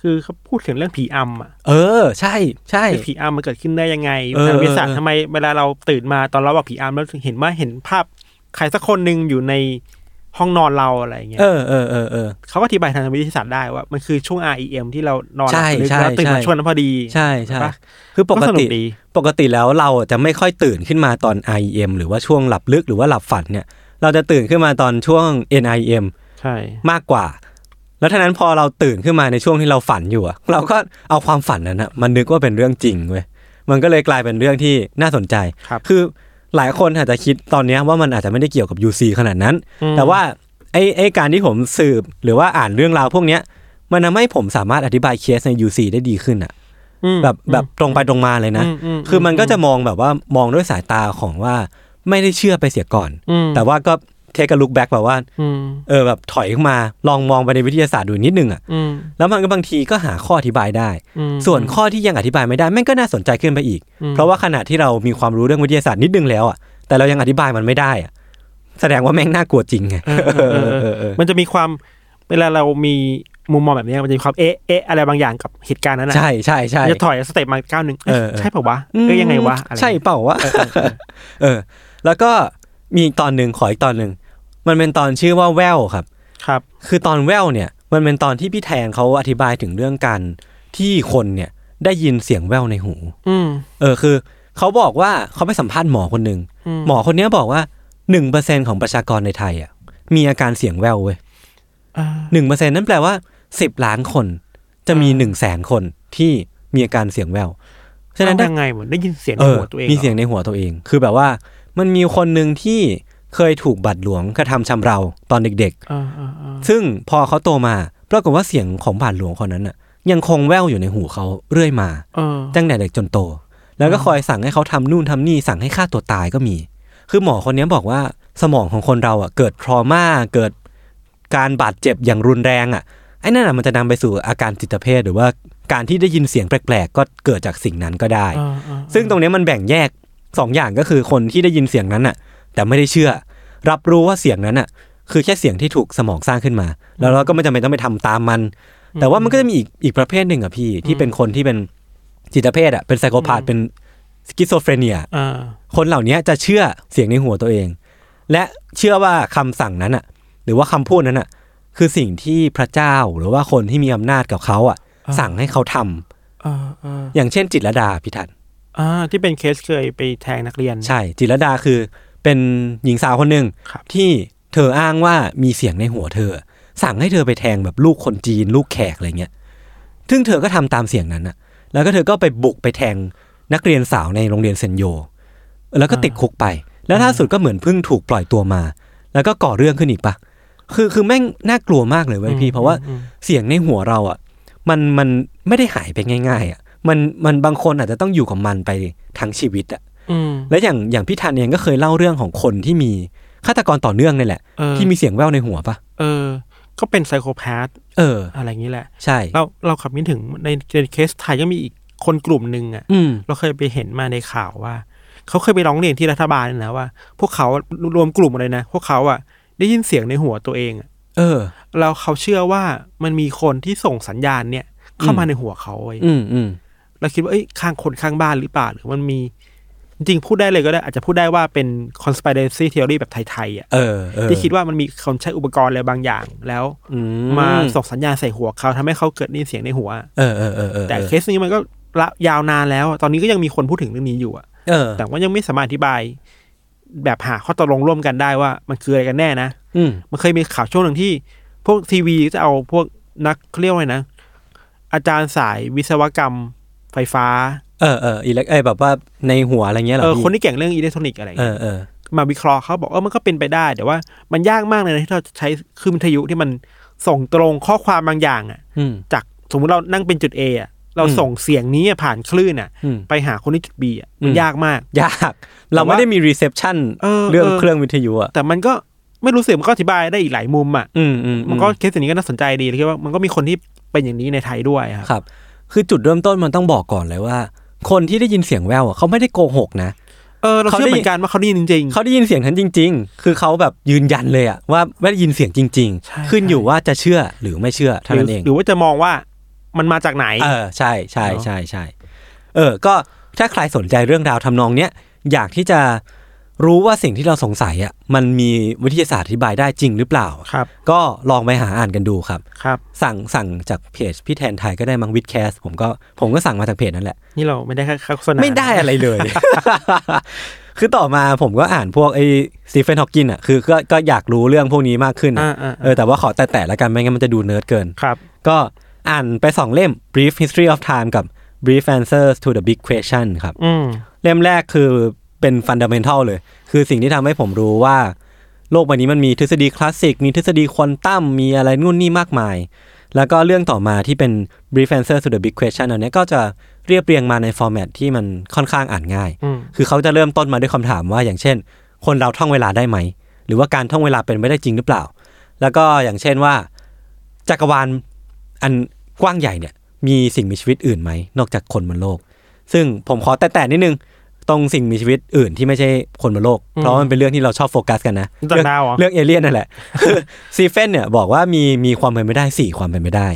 S3: คือเขาพูดถึงเรื่องผีอำอ่ะ
S2: ๆเออ ใช่ใช่
S3: คือผีอำมันเกิดขึ้นได้ยังไง
S2: เออ
S3: ทางวิทยาศาสตร์
S2: เออ
S3: ทำไมเวลาเราตื่นมาตอนเราบอกผีอำแล้วเห็นว่าเห็นภาพใครสักคนหนึ่งอยู่ในห้องนอนเราอะไรอย่างเงี้ย
S2: เออเออเออเออ
S3: เขาก็อธิบายทางวิทยาศาสตร์ได้ว่า มันคือช่วง REM ที่เรานอนห
S2: ใช่
S3: ลับลึก
S2: ใช่
S3: แล้วตื่นมา
S2: ใช่
S3: ช่วงนั้นพอดี
S2: ใช่ใช่
S3: เห็นปะ
S2: คือปก
S3: สนุ
S2: ติ
S3: ดี
S2: ปกติแล้วเราจะไม่ค่อยตื่นขึ้นมาตอน IEM หรือว่าช่วงหลับลึกหรือว่าหลับฝันเนี่ย เราจะตื่นขึ้นมาตอนช่วง NIEM
S3: ใช่
S2: มากกว่า แล้วท่านั้นพอเราตื่นขึ้นมาในช่วงที่เราฝันอยู่อะเราก็เอาความฝันนั้นอะมันนึกว่าเป็นเรื่องจริงเว้ยมันก็เลยกลายเป็นเรื่องที่น่าสนใจ
S3: ครับ
S2: คือหลายคนอาจจะคิดตอนเนี้ยว่ามันอาจจะไม่ได้เกี่ยวกับ UC ขนาดนั้น
S3: อืม
S2: แต่ว่าไอ้ไอ้การที่ผมสืบหรือว่าอ่านเรื่องราวพวกเนี้ยมันทำให้ผมสามารถอธิบายเคสใน UC ได้ดีขึ้นอะ
S3: อืม
S2: แบบแบบตรงไปตรงมาเลยนะ
S3: อืมอืม
S2: คือมันก็จะมองแบบว่ามองด้วยสายตาของว่าไม่ได้เชื่อไปเสียก่อน
S3: อืม
S2: แต่ว่าก็ เทคกับลุกแบ็กแบบว่า
S3: อืม
S2: เออแบบถอยขึ้นมาลองมองไปในวิทยาศาสตร์ดูนิดนึงอ่ะ
S3: อืม
S2: แล้วมันก็บางทีก็หาข้ออธิบายได้
S3: อืม
S2: ส่วนข้อที่ยังอธิบายไม่ได้แม่งก็น่าสนใจขึ้นไปอีก
S3: อืม
S2: เพราะว่าขณะที่เรามีความรู้เรื่องวิทยาศาสตร์นิดนึงแล้วอ่ะแต่เรายังอธิบายมันไม่ได้อ่ะแสดงว่าแม่งน่ากลัวจริงไง
S3: เออเออเออ
S2: เออ
S3: มันจะมีความเวลาเรามีมุมมองแบบนี้มันจะมีความเอ๊ะเอ๊ะอะไรบางอย่างกับเหตุการณ์นั้นนะ
S2: ใช่ใช่ใช่
S3: มันจะถอยสเต็ปมาก้าวหนึ่งเอ้ย
S2: เออเออ
S3: ใช่เปล่าวะเอ้ยยังไงวะอะไร
S2: ใช่เปล่าวะเออ แล้วก็มีอีกตอนหนึ่งขออีกตอนหนึ่งมันเป็นตอนชื่อว่าแววครับ
S3: ครับ
S2: คือตอนแววเนี่ย มันเป็นตอนที่พี่แทนเขาอธิบายถึงเรื่องการที่คนเนี่ยได้ยินเสียงแววในหู
S3: อืม
S2: เออคือเขาบอกว่าเขาไปสัมภาษณ์หมอคนหนึ่ง
S3: อืม
S2: หมอคนเนี้ยบอกว่าหนึ่งเปอร์เซ็นของประชากรในไทยอ่ะมีอาการเสียงแววเว้ย
S3: อ่า
S2: หนึ่งเปอร์เซ็นนั่นแปลว่าสิบล้านคน จะมีหนึ่งแสนคนที่มีอาการเสียงแววฉะนั้น
S3: เอ
S2: ถ้า
S3: ยังไงวะได้ยินเสียงใน
S2: เออ
S3: หัวตัวเอง
S2: มีเสียง
S3: หรอ
S2: ในหัวตัวเอง คือแบบว่า มันมีคนหนึ่งที่เคยถูกบัตรหลวงกระทำชำเราตอนเด็ก
S3: เออเออเออ
S2: ๆ ซึ่งพอเขาโตมาปรากฏว่าเสียงของบาทหลวงคนนั้นน่ะ ยังคงแว่วอยู่ในหูเขาเรื่อยมา
S3: เออ
S2: ตั้งแต่เด็กจนโต แล้วก็คอยสั่งให้เขาทำนู่นทำนี่สั่งให้ฆ่าตัวตายก็มี คือหมอคนเนี้ยบอกว่าสมองของคนเราอ่ะเกิดทรมาเกิดการบาดเจ็บอย่างรุนแรงอ่ะไอ้นั่นน่ะมันจะนำไปสู่อาการจิตเภทหรือว่าการที่ได้ยินเสียงแปลกๆ ก็เกิดจากสิ่งนั้นก็ได้
S3: เออเออ
S2: ซึ่งตรงเนี้ยมันแบ่งแยกสองอย่างก็คือคนที่ได้ยินเสียงนั้นน่ะ แต่ไม่ได้เชื่อ รับรู้ว่าเสียงนั้นน่ะ คือแค่เสียงที่ถูกสมองสร้างขึ้นมา แล้วเราก็ไม่จำเป็นต้องไปทำตามมัน แต่ว่ามันก็จะมีอีกอีกประเภทหนึ่งอะพี่ที่เป็นคนที่เป็นจิตเภทอะเป็นไซโคพาธเป็นสกิโซเฟรเนีย
S3: เออ
S2: คนเหล่านี้จะเชื่อเสียงในหัวตัวเอง และเชื่อว่าคำสั่งนั้นอะหรือว่าคำพูดนั้นอะคือสิ่งที่พระเจ้าหรือว่าคนที่มีอำนาจกับเขาอะสั่งให้เขาทำ
S3: เออเออ
S2: อย่างเช่น จิตรลดาพิทัน
S3: อ่าที่เป็นเคสเคยไปแทงนักเรียน
S2: ใช่จิตรลดาคือเป็นหญิงสาวคนหนึ่ง
S3: ครับ
S2: ที่เธออ้างว่ามีเสียงในหัวเธอ สั่งให้เธอไปแทงแบบลูกคนจีน ลูกแขกอะไรเงี้ยซึ่งเธอก็ทำตามเสียงนั้นอะแล้วก็เธอก็ไปบุกไปแทงนักเรียนสาวในโรงเรียนเซนโย แล้วก็ติดคุกไป แล้วล่าสุดก็เหมือนเพิ่งถูกปล่อยตัวมา แล้วก็ก่อเรื่องขึ้นอีกปะคือคือแม่งน่ากลัวมากเลยเว้ยพี่ เพราะว่าเสียงในหัวเราอะมันมันไม่ได้หายไปง่าย ๆอะมันมันบางคนอาจจะต้องอยู่กับมันไปทั้งชีวิตอะ
S3: อืม
S2: และอย่างอย่างพี่ธันเองก็เคยเล่าเรื่องของคนที่มีฆาตกรต่อเนื่องนี่แหละ
S3: เออ
S2: ที่มีเสียงแว่วในหัวปะ
S3: เออ ก็เป็นไซโคแพธ
S2: เออ
S3: อะไรอย่างนี้แหละ
S2: ใช่
S3: เราเราขับนึกถึงในในเคสไทยก็มีอีกคนกลุ่มหนึ่งอ่ะ
S2: อืม
S3: เราเคยไปเห็นมาในข่าวว่า เขาเคยไปร้องเรียนที่รัฐบาลเลยนะว่า พวกเขารวมกลุ่มอะไรนะพวกเขาอ่ะได้ยินเสียงในหัวตัวเองอะ
S2: เออ
S3: แล้วเขาเชื่อว่ามันมีคนที่ส่งสัญญาณเนี่ยเข้ามาในหัวเขาเว้ย
S2: อืมอืม
S3: เราคิดว่าเอ้ยข้างคนข้างบ้านหรือเปล่าหรือมันมี จริงๆพูดได้เลยก็ได้ อาจจะพูดได้ว่าเป็น conspiracy theory แบบไทยๆอ่ะ
S2: เออเออ
S3: ที่คิดว่ามันมีคนใช้อุปกรณ์อะไรบางอย่างแล้ว
S2: อื
S3: มาส่งสัญญาณใส่หัวเขาทำให้เขาเกิดได้ยินเสียงในหัว
S2: เออเออเออเออ
S3: แต่เคสนี้มันก็ละยาวนานแล้วอะตอนนี้ก็ยังมีคนพูดถึงเรื่องนี้อยู่อะ
S2: เออ
S3: แต่ว่ายังไม่สามารถอธิบาย แบบหาข้อตกลงร่วมกันได้ว่ามันคืออะไรกันแน่นะ
S2: อืม
S3: มันเคยมีข่าวช่วงหนึ่งที่ พวกทีวีจะเอาพวกนักเขาเรียกว่าไงนะ อาจารย์สายวิศวกรรมไฟฟ้า
S2: เออเอออีเล็กเออแบบว่าในหัวอะไรเงี้ยเหรอ
S3: เออ
S2: พี่
S3: คนที่เก่งเรื่องอิเล็กทรอนิกส์อะไร
S2: เอ
S3: เงี้ย
S2: อเออ
S3: มาวิเคราะห์เขาบอกเออมันก็เป็นไปได้แต่ว่ามันยากมากเลยนะที่เราจะใช้คลื่นวิทยุที่มันส่งตรงข้อความบางอย่างอะ
S2: อืม
S3: จากสมมติเรานั่งเป็นจุด A อะเรา
S2: อืม
S3: ส่งเสียงนี้อะผ่านคลื่นอะ
S2: อืม
S3: ไปหาคนที่จุด B อะมัน
S2: อืม
S3: ยากมาก
S2: ยากเราไม่ได้มีรีเซพชัน
S3: เออ
S2: เรื่อง
S3: เออ
S2: เครื่องวิทยุอ่ะ
S3: แต่มันก็ไม่รู้สิมันก็อธิบายได้อีกหลายมุมอ่ะ
S2: อืมอืมอื
S3: มันก็เคสอย่างนี้ก็น่าสนใจดีเลยคิดว่ามันก็มีคนที่เป็นอย่างนี้ในไทยด้วยครับ
S2: ครับ คือจุดเริ่มต้นมันต้องบอกก่อนเลยว่า คนที่ได้ยินเสียงแว่วอะเขาไม่ได้โกหกนะ
S3: เออเรา
S2: เขา
S3: เชื่อ
S2: ได้
S3: เหมือนกันว่าเขาได้ยินจริง
S2: เขาได้ยินเสียงนั้นจริง ๆ คือเขาแบบยืนยันเลยอะว่าไม่ได้ยินเสียงจริง
S3: ใช่
S2: ๆ ขึ้นอยู่ว่าจะเชื่อหรือไม่เชื่อ
S3: ๆ
S2: เท่านั้นเอง
S3: หรือว่าจะมองว่ามันมาจากไหน
S2: เออใช่ใช่ใช่ใช่เออ ก็ถ้าใครสนใจเรื่องราวทำนองเนี้ยอยากที่จะรู้ว่าสิ่งที่เราสงสัยอะมันมีวิทยาศาสตร์อธิบายได้จริงหรือเปล่า
S3: ครับ
S2: ก็ลองไปหาอ่านกันดูครับ
S3: ครับ
S2: สั่งสั่งจากเพจพี่แทนไทยก็ได้มังวิดแคสผมก็ผมก็สั่งมาจากเพจนั่นแหละ
S3: นี่เราไม่ได้แค่โฆษณา
S2: ไม่ได้อะไรเลย [laughs] คือต่อมาผมก็อ่านพวกไอ้สตีเฟนฮอว์กินอ่ะ คือก็ก็อยากรู้เรื่องพวกนี้มากขึ้นอะ
S3: อ่าอ่า
S2: เออแต่ว่าขอแตะๆแล้วกันไม่งั้นมันจะดูเนิร์ดเกิน
S3: ครับ
S2: ก็อ่านไปสองเล่ม Brief History of Time กับ Brief Answers to the Big Question ครับ
S3: อืม
S2: เล่มแรกคือเป็น Fundamental เลย คือสิ่งที่ทำให้ผมรู้ว่า โลกใบนี้มันมีทฤษฎีคลาสสิก มีทฤษฎีควอนตัมมีอะไรนู่นนี่มากมาย แล้วก็เรื่องต่อมาที่เป็น Brief Answers to the Big Question อันเนี้ยก็จะเรียบเรียงมาในฟอร์แมตที่มันค่อนข้างอ่านง่าย
S3: อืม
S2: คือเขาจะเริ่มต้นมาด้วยคำถามว่าอย่างเช่น คนเราท่องเวลาได้ไหม หรือว่าการท่องเวลาเป็นไปได้จริงหรือเปล่า แล้วก็อย่างเช่นว่า จักรวาลอันกว้างใหญ่เนี่ย มีสิ่งมีชีวิตอื่นไหม นอกจากคนบนโลก ซึ่งผมขอแต่แต่นิดนึงตรงสิ่งมีชีวิตอื่นที่ไม่ใช่คนบนโลก เพราะมันเป็นเรื่องที่เราชอบโฟกัสกันนะ
S3: ต่างดาวเหรอ
S2: เรื่องเอเลี่ยนนั่นแหละ [laughs] คือซีเฟนเนี่ยบอกว่ามีมีความเป็นไปได้สี่ความเป็นไปได้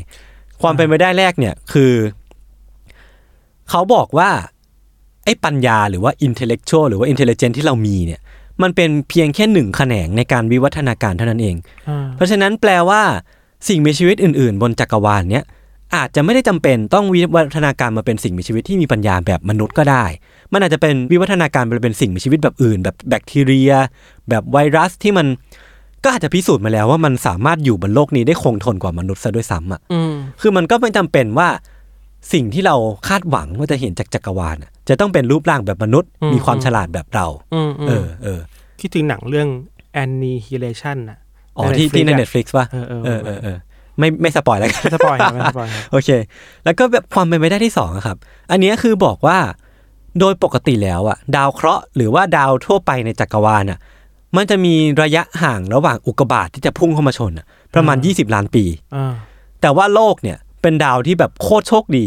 S2: ความเป็นไปได้แรกเนี่ยคือ เขาบอกว่า ไอ้ปัญญาหรือว่าอินเทเล็กชวลหรือว่าอินเทลเจนที่เรามีเนี่ย มันเป็นเพียงแค่หนึ่งแขนงในการวิวัฒนาการเท่านั้นเอง
S3: อ่า
S2: เพราะฉะนั้นแปลว่าสิ่งมีชีวิตอื่น ๆ บนจักรวาลเนี้ยอาจจะไม่ได้จำเป็นต้องวิวัฒนาการมาเป็นสิ่งมีชีวิตที่มีปัญญาแบบมนุษย์ก็ได้ มันอาจจะเป็นวิวัฒนาการไปเป็นสิ่งมีชีวิตแบบอื่น แบบแบคทีเรีย แบบไวรัสที่มันก็อาจจะพิสูจน์มาแล้วว่ามันสามารถอยู่บนโลกนี้ได้คงทนกว่ามนุษย์ซะด้วยซ้ำอ่ะ
S3: อืม
S2: คือมันก็ไม่จำเป็นว่าสิ่งที่เราคาดหวังว่าจะเห็นจากจักรวาลน่ะจะต้องเป็นรูปร่างแบบมนุษย์
S3: อืม
S2: มีความฉลาดแบบเรา
S3: อืมอืม
S2: เออเออ
S3: คิดถึงหนังเรื่อง Annihilation น่ะ
S2: อ๋อที่ที่ใน
S3: Netflix
S2: Netflix
S3: อะ
S2: ป่ะ
S3: เออเออ
S2: เออ
S3: เออ
S2: เออเออไม่ไม่สปอยแล้วกัน [laughs]
S3: ไม่สปอยล์นะไม่สปอยล์นะ
S2: โอเค แล้วก็แบบความเป็นไปได้ที่สองอะครับ อันเนี้ยคือบอกว่าโดยปกติแล้วอะดาวเคราะห์หรือว่าดาวทั่วไปในจักรวาลอะมันจะมีระยะห่างระหว่างอุกกาบาตที่จะพุ่งเข้ามาชนอะประมาณ 20 ล้านปี
S3: อ่า
S2: แต่ว่าโลกเนี่ยเป็นดาวที่แบบโคตรโชคดี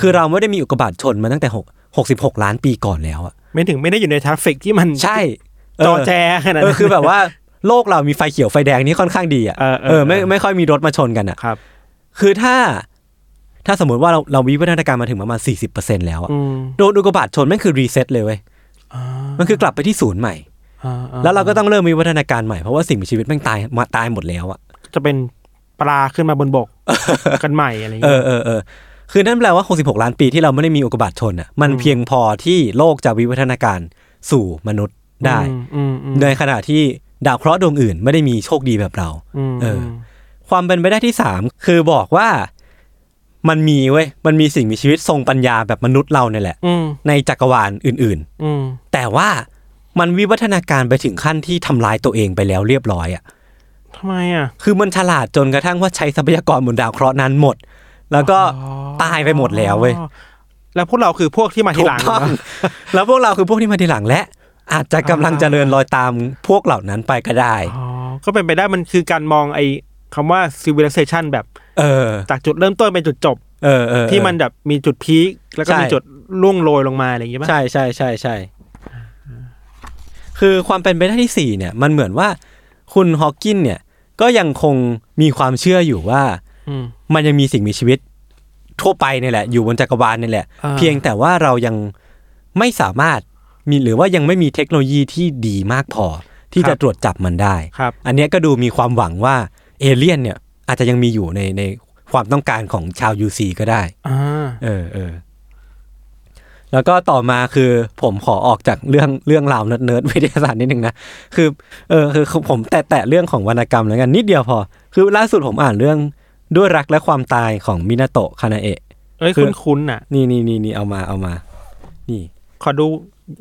S2: คือเราไม่ได้มีอุกกาบาตชนมาตั้งแต่6 66 ล้านปีก่อนแล้วอะ
S3: ไม่ถึงไม่ได้อยู่ในทราฟฟิกที่มัน
S2: ใช่เ
S3: จอแจขนาด
S2: เอ
S3: นั้
S2: อน คือแบบว่า [laughs] โลกเรามีไฟเขียวไฟแดงนี่ค่อนข้างดีอะ
S3: เออเออ
S2: ไม่ไม่ค่อยมีรถมาชนกันอะ
S3: ครับ
S2: คือถ้าถ้าสมมติว่าเราเราวิวัฒนาการมาถึงประมาณ 40%แล้วอะ
S3: อืม
S2: โดนอุกกาบาตชนแม่งคือรีเซ็ตเลยเว้ย
S3: อ่า
S2: มันคือกลับไปที่ศูนย์ใหม่
S3: อ่าอ่
S2: แล้วเราก็ต้องเริ่มวิวัฒนาการใหม่ เพราะว่าสิ่งมีชีวิตแม่งตายมาตายหมดแล้วอะ
S3: จะเป็นปลาขึ้นมาบนบก กันใหม่อะไรอย่าง
S2: เอ
S3: เงี้ย
S2: อเออเออคือนั่นแปลว่า 66 ล้านปีที่เราไม่ได้มีอุกกาบาตชนอะมันเพียงพอที่โลกจะวิวัฒนาการสู่มนุษย์ได้
S3: อืมอืม
S2: ในขณะที่ดาวเคราะห์ดวงอื่นไม่ได้มีโชคดีแบบเรา
S3: อืม
S2: เออ
S3: ม
S2: ความเป็นไปได้ที่สามคือบอกว่ามันมีเว้ยมันมีสิ่งมีชีวิตทรงปัญญาแบบมนุษย์เราเนี่ยแหละ
S3: อืม
S2: ในจักรวาลอื่น
S3: อืม
S2: ๆ แต่ว่ามันวิวัฒนาการไปถึงขั้นที่ทำลายตัวเองไปแล้วเรียบร้อยอ่ะ
S3: ทำไมอ่ะ
S2: คือมันฉลาดจนกระทั่งว่าใช้ทรัพยากรบนดาวเคราะห์นั้นหมด แล้วก็ตายไปหมดแล้วเว้ย
S3: แล้วพวกเราคือพวกที่มาที
S2: ถู
S3: ห
S2: ก
S3: ลัง
S2: ต้อง
S3: เนอะ
S2: แล้วพวกเราคือพวกที่มาทีหลังและ อาจจะกำลังเจริญรอยตามพวกเหล่านั้นไปก็ได้
S3: อ๋อ ก็เป็นไปได้มันคือการมองไอ้คำว่า civilization แบบ
S2: เออ
S3: จากจุดเริ่มต้นเป็นจุดจบ
S2: เออเออ
S3: ที่มันแบบมีจุดพีคแล้วก็
S2: ใช่
S3: มีจุดล่วงโรยลงมาอะไรอย่างงี้ป่ะ
S2: ใช่ใช่ใช่ใช่ คือความเป็นไปได้ที่สี่เนี่ย มันเหมือนว่าคุณฮอว์กินเนี่ย ก็ยังคงมีความเชื่ออยู่ว่า
S3: อืม
S2: มันยังมีสิ่งมีชีวิตทั่วไปเนี่ยแหละ อยู่บนจักรวาลเนี่ยแหละ
S3: อ่า
S2: เพียงแต่ว่าเรายังไม่สามารถมีหรือว่ายังไม่มีเทคโนโลยีที่ดีมากพอ ที่จะตรวจจับมันได้
S3: ครับ
S2: อันเนี้ยก็ดูมีความหวังว่าเอเลี่ยนเนี่ย อาจจะยังมีอยู่ในในความต้องการของชาว UC ก็ได้
S3: อ่า
S2: เออเออแล้วก็ต่อมาคือผมขอออกจากเรื่องเรื่องราวเนิร์ดๆวิทยาศาสตร์นิดนึงนะคือ เออคือผมแตะแตะเรื่องของวรรณกรรมแล้วกันนิดเดียวพอ คือล่าสุดผมอ่านเรื่องด้วยรักและความตายของมินาโตะคานาเอะ
S3: เอ้ย
S2: คือ
S3: คุ้นๆน่ะ
S2: นี่นี่นี่นี่เอามาเอามา นี่
S3: ขอดู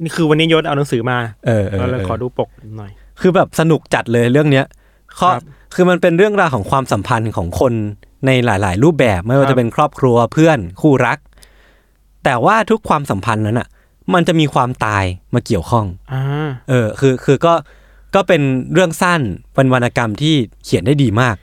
S3: นี่คือวันนี้ยศเอาหนังสือมา
S2: เออเออ
S3: เราเลย
S2: เออ
S3: ขอดูปกหน่อย
S2: คือแบบสนุกจัดเลยเรื่องเนี้ยข้อ
S3: ครับ
S2: คือมันเป็นเรื่องราวของความสัมพันธ์ของคนในหลาย ๆ รูปแบบ ไม่ว่า
S3: ครับ
S2: จะเป็นครอบครัวเพื่อนคู่รัก แต่ว่าทุกความสัมพันธ์นั้นอ่ะ มันจะมีความตายมาเกี่ยวข้อง
S3: อ่า
S2: เออคือคือก็ก็เป็นเรื่องสั้นเป็นวรรณกรรมที่เขียนได้ดีมาก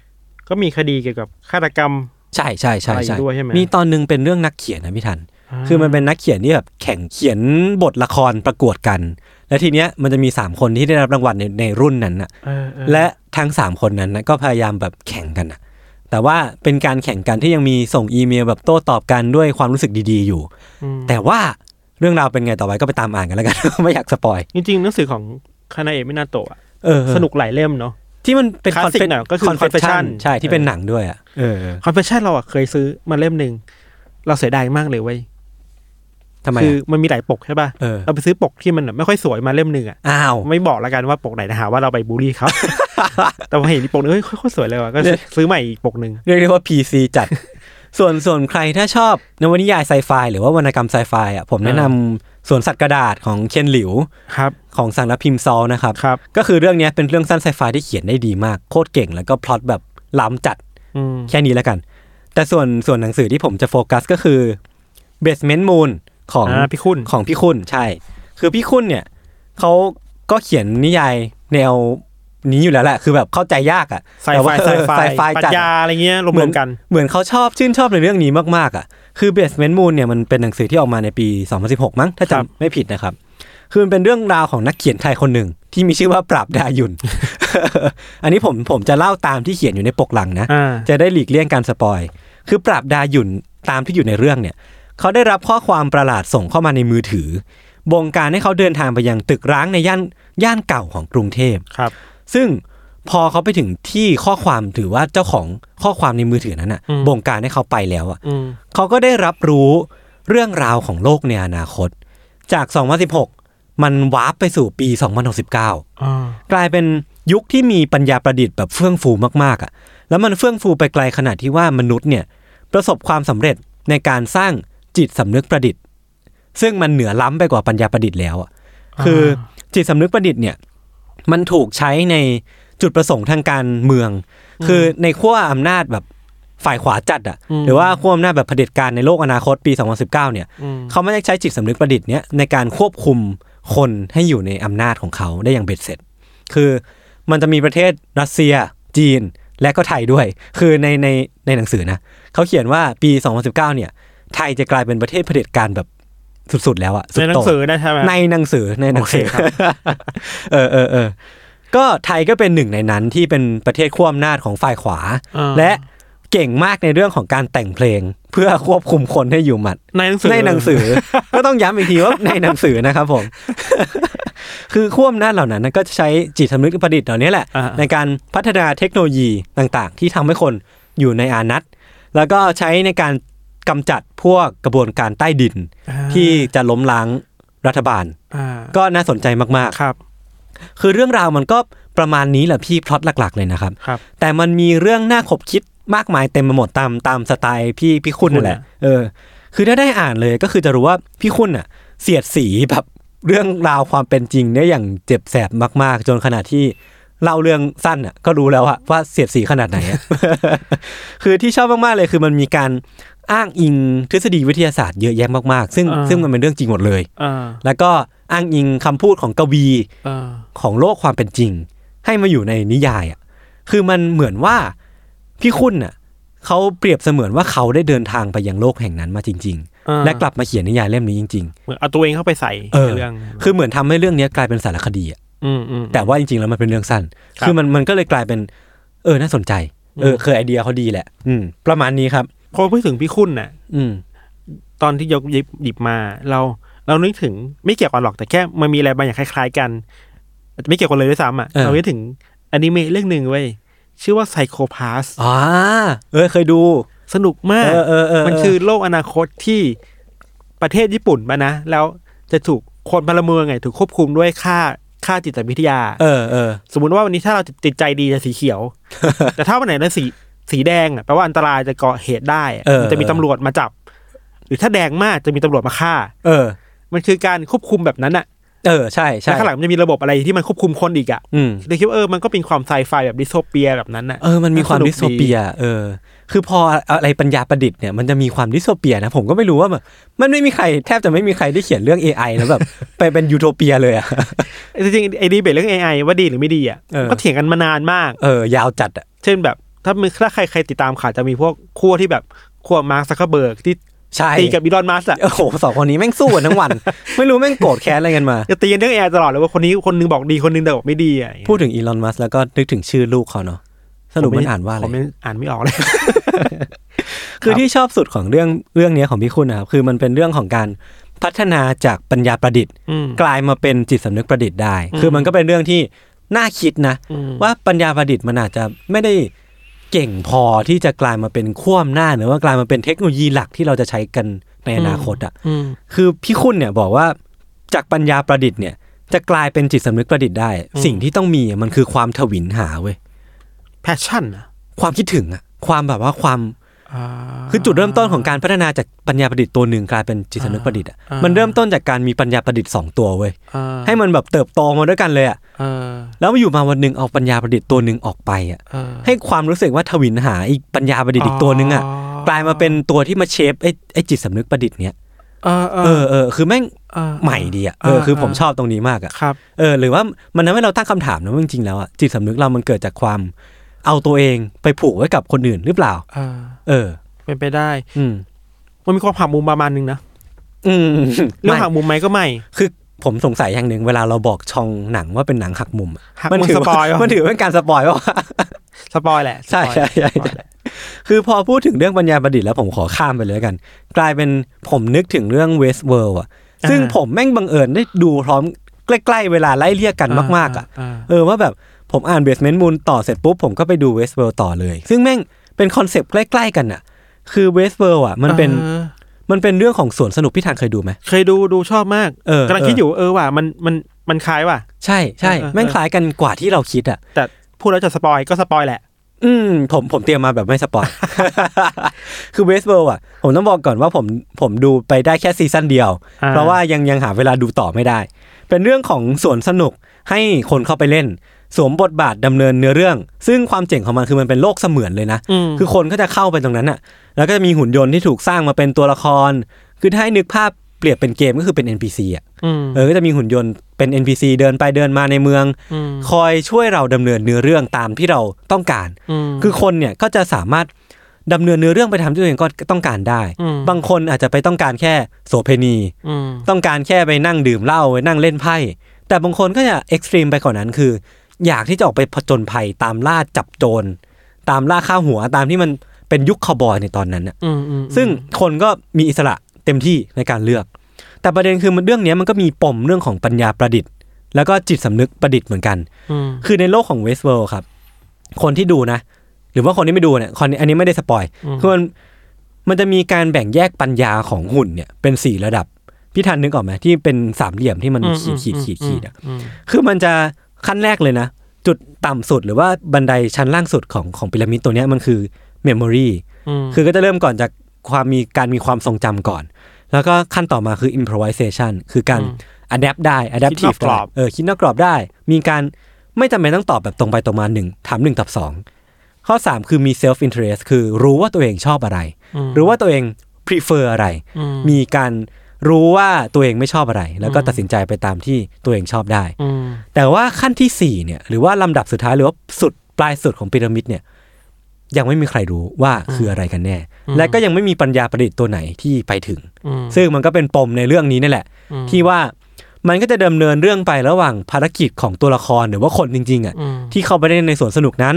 S3: ก็มีคดีเกี่ยวกับฆาตกรรม
S2: ใช่ใช่ใช่ใช่
S3: ไปด้วยใช่ไหม
S2: มีตอนหนึงเป็นเรื่องนักเขียนนะพี่ทัน คือมันเป็นนักเขียนที่แบบแข่งเขียนบทละครประกวดกัน และทีเนี้ยมันจะมีสามคนที่ได้รับรางวัลในในรุ่นนั้นน่ะ
S3: เออเออ
S2: และทั้งสามคนนั้นนะก็พยายามแบบแข่งกันนะแต่ว่าเป็นการแข่งกันที่ยังมีส่งอีเมลแบบโต้ตอบกันด้วยความรู้สึกดีๆอยู่
S3: อืม
S2: แต่ว่าเรื่องราวเป็นไงต่อไปก็ไปตามอ่านกันแล้วกัน ไม่อยากสปอย
S3: จริงๆหนังสือของคานาเอะมินาโตะอะ
S2: เออ
S3: สนุกหลายเล่มเนาะ
S2: ที่มันเป็น
S3: Classic
S2: confess-
S3: หน่อยก็คือ
S2: confession
S3: confession
S2: ใช่ที่เป็นหนังด้วยอ่ะเออ
S3: คอนเฟชชั่นเราอะเคยซื้อมาเล่มหนึ่ง เราเสียดายมากเลยเว้ย
S2: ทำไม
S3: คือ
S2: อะ
S3: มันมีหลายปกใช่ป่ะ
S2: เออ
S3: ไปซื้อปกที่มันแบบไม่ค่อยสวยมาเล่มหนึ่งอ่ะ
S2: อ้าว
S3: ไม่บอกแล้วกันว่าปกไหนนะหาว่าเราไปบูลลี่
S2: [laughs]
S3: เขา แต่พอเห็นอีกปกหนึงเฮ้ยโคตรสวยเลยว่ะ ก็ซื้อซื้อใหม่อีกปกหนึ่ง
S2: เรียกได้ว่า PC จัด [laughs] ส่วนส่วนใครถ้าชอบนวนิยายไซไฟหรือว่าวรรณกรรมไซไฟอ่ะผมแนะนำสวนสัตว์กระดาษของเคนหลิว
S3: ครับ
S2: ของสังรพิมพ์ซอลนะครับ
S3: ครับ
S2: ก็คือเรื่องเนี้ยเป็นเรื่องสั้นไซไฟที่เขียนได้ดีมากโคตรเก่งแล้วก็พล็อตแบบล้ำจัด
S3: อืม
S2: แค่นี้แล้วกัน แต่ส่วนส่วนหนังสือที่ผมจะโฟกัสก็คือ Basement Moon ของ
S3: อ่าพี่คุณ
S2: ของพี่คุณใช่ คือพี่คุณเนี่ยเขาก็เขียนนิยายแนว นี้อยู่แล้วแหละ คือแบบเข้าใจยากอ่ะ
S3: สาย
S2: แต่
S3: ไฟ
S2: ว่าเอ
S3: สาย
S2: อ
S3: ไฟ
S2: สายไฟ
S3: ปรั
S2: จัด
S3: ชญา
S2: อะ
S3: อะไรเงี้ยร
S2: เหมื
S3: ว
S2: อ
S3: ม
S2: น
S3: ๆกัน
S2: เหมือนเขาชอบชื่นชอบในเรื่องนี้มากๆอ่ะคือ Basement Moon เนี่ยมันเป็นหนังสือที่ออกมาในปี 2016 มั้งถ้า
S3: ครับ
S2: จำไม่ผิดนะครับ คือมันเป็นเรื่องราวของนักเขียนไทยคนหนึ่ง ที่มีชื่อว่าปราบดายุน [laughs] อันนี้ผมผมจะเล่าตามที่เขียนอยู่ในปกหลังนะ
S3: อ่า
S2: จะได้หลีกเลี่ยงการสปอย คือปราบดาหยุ่นตามที่อยู่ในเรื่องเนี่ย เขาได้รับข้อความประหลาดส่งเข้ามาในมือถือ บงการให้เขาเดินทางไปยังตึกร้างในย่านย่านเก่าของกรุงเทพ
S3: ครับ
S2: ซึ่งพอเขาไปถึงที่ข้อความถือว่าเจ้าของข้อความในมือถือนั้นอ่ะ
S3: อืม
S2: บงการให้เขาไปแล้วอ่ะ
S3: อืม
S2: เขาก็ได้รับรู้เรื่องราวของโลกในอนาคต จาก 2016 มันวาร์ปไปสู่ปี 2069
S3: อ่าก
S2: ลายเป็นยุคที่มีปัญญาประดิษฐ์แบบเฟื่องฟูมากๆอ่ะ แล้วมันเฟื่องฟูไปไกลขนาดที่ว่ามนุษย์เนี่ย ประสบความสำเร็จในการสร้างจิตสำนึกประดิษฐ์ ซึ่งมันเหนือล้ำไปกว่าปัญญาประดิษฐ์แล้วอ่ะ คือจิตสำนึกประดิษฐ์เนี่ย มันถูกใช้ในจุดประสงค์ทางการเมือง คือในขั้วอำนาจแบบฝ่ายขวาจัดอ่ะ หรือว่าขั้วอำนาจแบบเผด็จการในโลกอนาคตปี 2019 เนี่ย
S3: อืม
S2: เขาไม่ได้ใช้จิตสำนึกประดิษฐ์เนี้ยในการควบคุมคนให้อยู่ในอำนาจของเขาได้อย่างเบ็ดเสร็จ คือมันจะมีประเทศรัสเซีย จีน และก็ไทยด้วย คือในในในหนังสือนะเขาเขียนว่าปี 2019 เนี่ย ไทยจะกลายเป็นประเทศเผด็จการแบบสุดๆ แล้วอะสุด
S3: ในหนั
S2: โต่
S3: งสือได้ใช่ไหม
S2: ในหนังสือในหนังสือ
S3: โอเคครับ
S2: เออเออเออก็ไทยก็เป็นหนึ่งในนั้นที่เป็นประเทศขั้วอำนาจของฝ่ายขวา
S3: อ่า
S2: และเก่งมากในเรื่องของการแต่งเพลง เพื่อควบคุมคนให้อยู่หมัด
S3: ในหนังสือ
S2: ในหนังสือ ก็ต้องย้ำอีกทีว่า [laughs] ในหนังสือนะครับผม [laughs] คือขั้วอำนาจเหล่านั้นนะก็จะใช้จิตสำนึกประดิษฐ์เหล่านี้แหละ
S3: อ่า
S2: ในการพัฒนาเทคโนโลยีต่างๆ ที่ทำให้คนอยู่ในอานัตแล้วก็ใช้ในการกำจัดพวกกระบวนการใต้ดิน
S3: อ่า
S2: ที่จะล้มล้างรัฐบาล
S3: อ่า
S2: ก็น่าสนใจมาก
S3: ครับ
S2: ๆ คือเรื่องราวมันก็ประมาณนี้แหละพี่พล็อตหลัก ๆ เลยนะครับ
S3: ครับ
S2: แต่มันมีเรื่องน่าขบคิดมากมายเต็มไปหมดตามตามสไตล์พี่พี่คุณนั่นแหละ เออ คือถ้าได้อ่านเลยก็คือจะรู้ว่าพี่คุณอ่ะ เสียดสีแบบเรื่องราวความเป็นจริงเนี่ยอย่างเจ็บแสบมากๆ จนขนาดที่เล่าเรื่องสั้นอ่ะ ก็รู้แล้วอะว่าเสียดสีขนาดไหน [laughs] อะ คือที่ชอบมากๆเลยคือมันมีการอ้างอิงทฤษฎีวิทยาศาสตร์เยอะแยะมากๆ ซึ่ง
S3: อ่า
S2: ซึ่งมันเป็นเรื่องจริงหมดเลย
S3: อ่า
S2: แล้วก็อ้างอิงคำพูดของกวี
S3: อ่า
S2: ของโลกความเป็นจริง ให้มาอยู่ในนิยายอ่ะ คือมันเหมือนว่าพี่คุณน่ะเขาเปรียบเสมือนว่าเขาได้เดินทางไปยังโลกแห่งนั้นมาจริง
S3: อ่า
S2: ๆ และกลับมาเขียนนิยายเล่มนี้จริง
S3: เหมือนเอาตัวเองเข้าไปใส่
S2: เออ
S3: ในเรื่อง
S2: ๆ คือเหมือนทำให้เรื่องนี้กลายเป็นสารคดีอ่ะ
S3: อืมอืม
S2: แต่ว่าจริงๆแล้วมันเป็นเรื่องสั้น
S3: ครับ
S2: คือมันมันก็เลยกลายเป็น เออ น่าสนใจ เออ
S3: อืม
S2: เคยไอเดียเขาดีแหละ อืม ประมาณนี้ครับ
S3: พอพูดถึงพี่คุณน่ะ
S2: อืม
S3: ตอนที่ยกหยิบหยิบมาเราเรานึกถึงไม่เกี่ยวกันหรอกแต่แค่มันมีอะไรบางอย่างคล้าย ๆ กันอาจจะไม่เกี่ยวกันเลยด้วยซ้ำอ่ะ
S2: เออ
S3: เรานึกถึงอนิเมะเรื่องหนึ่งเว้ยชื่อว่าไซโคพาส
S2: อ๋อเออเคยดู
S3: สนุกมา
S2: เอก อเออเออ
S3: มันคือโลกอนาคตที่ประเทศญี่ปุ่นปะนะ แล้วจะถูกคนพลเมืองไงถูกควบคุมด้วยค่าค่าจิตวิทยา
S2: เออเออ
S3: สมมุติว่าวันนี้ถ้าเราติดใจดีจะสีเขี
S2: [laughs]
S3: ยว แต่ถ้าวันไหนเราสีสีแดงอะแปลว่าอันตรายจะก่อเหตุได้อะ
S2: เออ
S3: มันจะมีตำรวจมาจับ หรือถ้าแดงมากจะมีตำรวจมาฆ่า
S2: เออ
S3: มันคือการควบคุมแบบนั้นอะ
S2: เออ ใช่ใช่
S3: แล้วข้างหลังมันจะมีระบบอะไรที่มันควบคุมคนอีกอะ
S2: อืม
S3: เลยคิดว่าเออมันก็เป็นความไซไฟแบบดิโซเปียแบบนั้นอะ
S2: เออ มันมีความ
S3: สนุกดี
S2: ดิสโซเปีย เออ คือพออะไรปัญญาประดิษฐ์เนี่ย มันจะมีความดิสโซเปียนะ ผมก็ไม่รู้ว่าแบบมันไม่มีใครแทบจะไม่มีใครได้เขียนเรื่อง AI แล้วแบบ [laughs] ไปเป็นยูโทเปียเลยอะ
S3: จริงๆไอ้ดีเบตเรื่อง AI ว่าดีหรือไม่ดีอะ
S2: เออ
S3: ก็เถียงกันมานานมาก
S2: เออ ยาวจัดอะ
S3: เช่นแบบถ้ามีถ้าใครใครติดตามข่าวจะมีพวกขั้วที่แบบขั้วมาร์คซักเคอร์เบิร์กที่
S2: ใช่
S3: ตีกับอีลอนมัสก์อะ
S2: โอ้โหสองคนนี้แม่งสู้กันทั้งวัน ไม่รู้แม่งโกรธแค้นอะไรกันมา
S3: จะตีกันเรื่องแอร์ตลอดเลยว่าคนนี้คนนึงบอกดีคนนึงแต่บอกไม่ดีอะ
S2: พูดถึงอีลอนมัสแล้วก็นึกถึงชื่อลูกเขาเนาะ สรุปมันอ่านว่าอะ
S3: ผ
S2: ไร
S3: มยังอ่านไม่ออกเลย
S2: คือ
S3: ครับ
S2: ที่ชอบสุดของเรื่องเรื่องเนี้ยของพี่คุณนะครับ คือมันเป็นเรื่องของการพัฒนาจากปัญญาประดิษฐ์
S3: อืม
S2: กลายมาเป็นจิตสำนึกประดิษฐ์ได้
S3: อืม
S2: คือมันก็เป็นเรื่องที่น่าคิดนะ
S3: อืม
S2: ว่าปัญญาประดิษฐ์มันอาจจะไม่ได้เก่งพอที่จะกลายมาเป็นขั้วอำนาจหรือว่ากลายมาเป็นเทคโนโลยีหลักที่เราจะใช้กันในอนาคตอ่ะ
S3: อืม
S2: คือพี่คุณเนี่ยบอกว่าจากปัญญาประดิษฐ์เนี่ยจะกลายเป็นจิตสำนึกประดิษฐ์ได้
S3: อืม
S2: สิ่งที่ต้องมีอะมันคือความทวินหาเว้ย
S3: แพชชั่นอะ
S2: ความคิดถึงอ่ะความแบบว่าความ
S3: อ่า
S2: คือจุดเริ่มต้นของการพัฒนาจากปัญญาประดิษฐ์ตัวหนึ่งกลายเป็นจิตสำนึกประดิษฐ์อ่ะ
S3: อ่ามั
S2: มันเริ่มต้นจากการมีปัญญาประดิษฐ์สองตัวเว้ย
S3: อ่า
S2: ให้มันแบบเติบโตมาด้วยกันเลยอ่ะ
S3: เออ
S2: แล้วมาอยู่มาวันหนึ่งเอาปัญญาประดิษฐ์ตัวหนึ่งออกไปอ่ะ
S3: เออ
S2: ให้ความรู้สึกว่าทวินหาอีกปัญญาประดิษฐ์อีกตัวนึงอ่ะกลายมาเป็นตัวที่มาเชฟไอ้ไอ้จิตสำนึกประดิษฐ์เนี้ย
S3: เออเอ
S2: เอ
S3: อ
S2: อเออคือแม่ง
S3: เออ
S2: ใหม่ดีอ่ะเออคือผมชอบตรงนี้มากอ่ะ
S3: ครับ
S2: เออหรือว่ามันทำให้เราตั้งคำถามนะว่าจริงๆแล้วอะจิตสำนึกเรามันเกิดจากความเอาตัวเองไปผูกไว้กับคนอื่นหรือเปล่า
S3: เออ
S2: เออ
S3: เป็นไปได้
S2: อืม
S3: มันมีความหักมุมประมาณนึงนะ
S2: อืม
S3: เรื่อง
S2: ไม่
S3: หักมุมไหมก็ไม่
S2: คือผมสงสัยอย่างหนึ่งเวลาเราบอกช่องหนังว่าเป็นหนังหักมุมอะ
S3: หักมุม
S2: ถืว่า
S3: สปอยล์ปะ
S2: มันถือเป็นการสปอยล์ปะว่า
S3: สปอยแหละ
S2: ใช่
S3: สปอย
S2: ใช่ใช่
S3: สปอยแหละ
S2: คือพอพูดถึงเรื่องปัญญาประดิษฐ์แล้วผมขอข้ามไปเลยแล้วกัน กลายเป็นผมนึกถึงเรื่องเวสเวิร์อะซึ่งผมแม่งบังเอิญได้ดูพร้อมใกล้ๆเวลาไล่เรียกกันมากๆอะ
S3: า
S2: เออว่าแบบผมอ่านเบสเมนต์มูลต่อเสร็จปุ๊บ ผมก็ไปดูเวสเวิลต่อเลย ซึ่งแม่งเป็นคอนเซปต์ใกล้ ๆ กันน่ะ คือเวสเวิลอ่ะ มันเป็น
S3: ออ
S2: มันเป็นเรื่องของสวนสนุกพี่ทางเคยดูไหม
S3: เคยดูดูชอบมาก
S2: เออก
S3: ำลังคิดอยู่เออว่ะมันมันมันคล้ายว่ะ
S2: ใช่ใช่
S3: เออเออ
S2: แม่งคล้ายกันกว่าที่เราคิดอ่ะ
S3: แต่พูดแล้วจะสปอยก็สปอยแหละ
S2: อืมผมผมเตรียมมาแบบไม่สปอย [laughs] คือเวสเวิลอ่ะ ผมต้องบอกก่อนว่าผมผมดูไปได้แค่ซีซั่นเดียว
S3: อ่า
S2: เพราะว่ายังยังหาเวลาดูต่อไม่ได้ เป็นเรื่องของสวนสนุกให้คนเข้าไปเล่น สวมบทบาทดำเนินเนื้อเรื่อง ซึ่งความเจ๋งของมันคือมันเป็นโลกเสมือนเลยนะ คือคนก็จะเข้าไปตรงนั้นน่ะ แล้วก็จะมีหุ่นยนต์ที่ถูกสร้างมาเป็นตัวละคร คือถ้าให้นึกภาพเปรียบเป็นเกมก็คือเป็น NPC อ่ะ
S3: ม
S2: เออ ก็จะมีหุ่นยนต์เป็น NPC เดินไปเดินมาในเมือง
S3: ม
S2: คอยช่วยเราดำเนินเนื้อเรื่องตามที่เราต้องการ
S3: ม
S2: คือคนเนี่ยก็จะสามารถดำเนินเนื้อเรื่องไปทำที่ตัวเองก็ต้องการได้
S3: อืม
S2: บางคนอาจจะไปต้องการแค่โสเภณี
S3: อืม
S2: ต้องการแค่ไปนั่งดื่มเหล้าไปนั่งเล่นไพ่ แต่บางคนก็จะเอ็กซ์ตรีมไปกว่านนั้นคือ อยากที่จะออกไปผจญภัยตามล่าจับโจรตามล่าข้าหัวตามที่มันเป็นยุคคาวบอยในตอนนั้นน่ะ
S3: อืมอืม
S2: ซึ่งคนก็มีอิสระเต็มที่ในการเลือก แต่ประเด็นคือมันเรื่องเนี้ยมันก็มีปมเรื่องของปัญญาประดิษฐ์ แล้วก็จิตสำนึกประดิษฐ์เหมือนกัน
S3: อืม
S2: คือในโลกของเวสเวิลด์ครับ คนที่ดูนะ หรือว่าคนที่ไม่ดูเนี่ยคนนี้อันนี้ไม่ได้สปอยคือมันมันจะมีการแบ่งแยกปัญญาของหุ่นเนี่ยเป็นสี่ระดับ พี่ทันนึกออกไหมที่เป็นสามเหลี่ยมที่มันขีดขีดขีดขีดอะ
S3: อืม
S2: คือมันจะขั้นแรกเลยนะ จุดต่ำสุดหรือว่าบันไดชั้นล่างสุดของของพีระมิดตัวเนี้ยมันคือเมมโมรี
S3: อืม
S2: คือก็จะเริ่มก่อนจากความมีการมีความทรงจำก่อน แล้วก็ขั้นต่อมาคือ improvisation คือการ adapt ได้ adaptive ได้เออคิดนอกกรอบได้ มีการไม่จำเป็นต้องตอบแบบตรงไปตรงมาหนึ่งถามหนึ่งตอบสองข้อ 3 คือมี self interest คือรู้ว่าตัวเองชอบอะไร รู้ว่าตัวเอง prefer อะไร
S3: อืม
S2: มีการรู้ว่าตัวเองไม่ชอบอะไร แล้วก็ตัดสินใจไปตามที่ตัวเองชอบได้
S3: อืม
S2: แต่ว่าขั้นทีสี่4เนี่ยหรือว่าลำดับสุดท้ายหรือว่าสุดปลายสุดของพีระมิดเนี่ยยังไม่มีใครรู้ว่าคืออะไรกันแน่ และก็ยังไม่มีปัญญาประดิษฐ์ตัวไหนที่ไปถึง
S3: อืม
S2: ซึ่งมันก็เป็นปมในเรื่องนี้นี่แหละ
S3: อืม
S2: ที่ว่ามันก็จะดำเนินเรื่องไประหว่างภารกิจของตัวละครหรือว่าคนจริงๆอ่ะ
S3: อืม
S2: ที่เข้าไปเล่นในสวนสนุกนั้น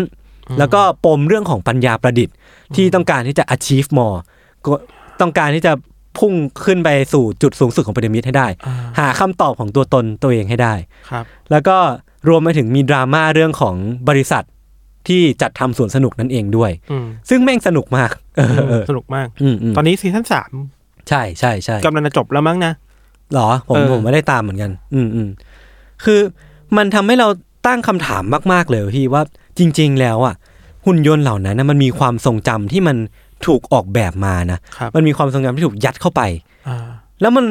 S2: แล้วก็ปมเรื่องของปัญญาประดิษฐ์ ที่ต้องการที่จะ achieve more ก็ต้องการที่จะพุ่งขึ้นไปสู่จุดสูงสุดของพีระมิดให้ได้
S3: อ่า
S2: หาคำตอบของตัวตนตัวเองให้ได้
S3: ครับ
S2: แล้วก็รวมไปถึงมีดราม่าเรื่องของบริษัทที่จัดทำสวนสนุกนั่นเองด้วย
S3: อืม
S2: ซึ่งแม่งสนุกมากเออเออ
S3: สนุกมาก
S2: อืมอืม
S3: ตอนนี้ซีซั่นสาม
S2: ใช่ใช่ใช่
S3: กำลังจะจบแล้วมั้งนะ
S2: หรอผม
S3: เออ
S2: ผมไม่ได้ตามเหมือนกัน อืมอืมคือมันทำให้เราตั้งคำถามมาก ๆ เลยพี่ว่าจริง ๆ แล้วอ่ะหุ่นยนต์เหล่านั้นนะมันมีความทรงจำที่มันถูกออกแบบมานะครับ มันมีความทรงจำที่ถูกยัดเข้าไป
S3: อ่า
S2: แล้วมัน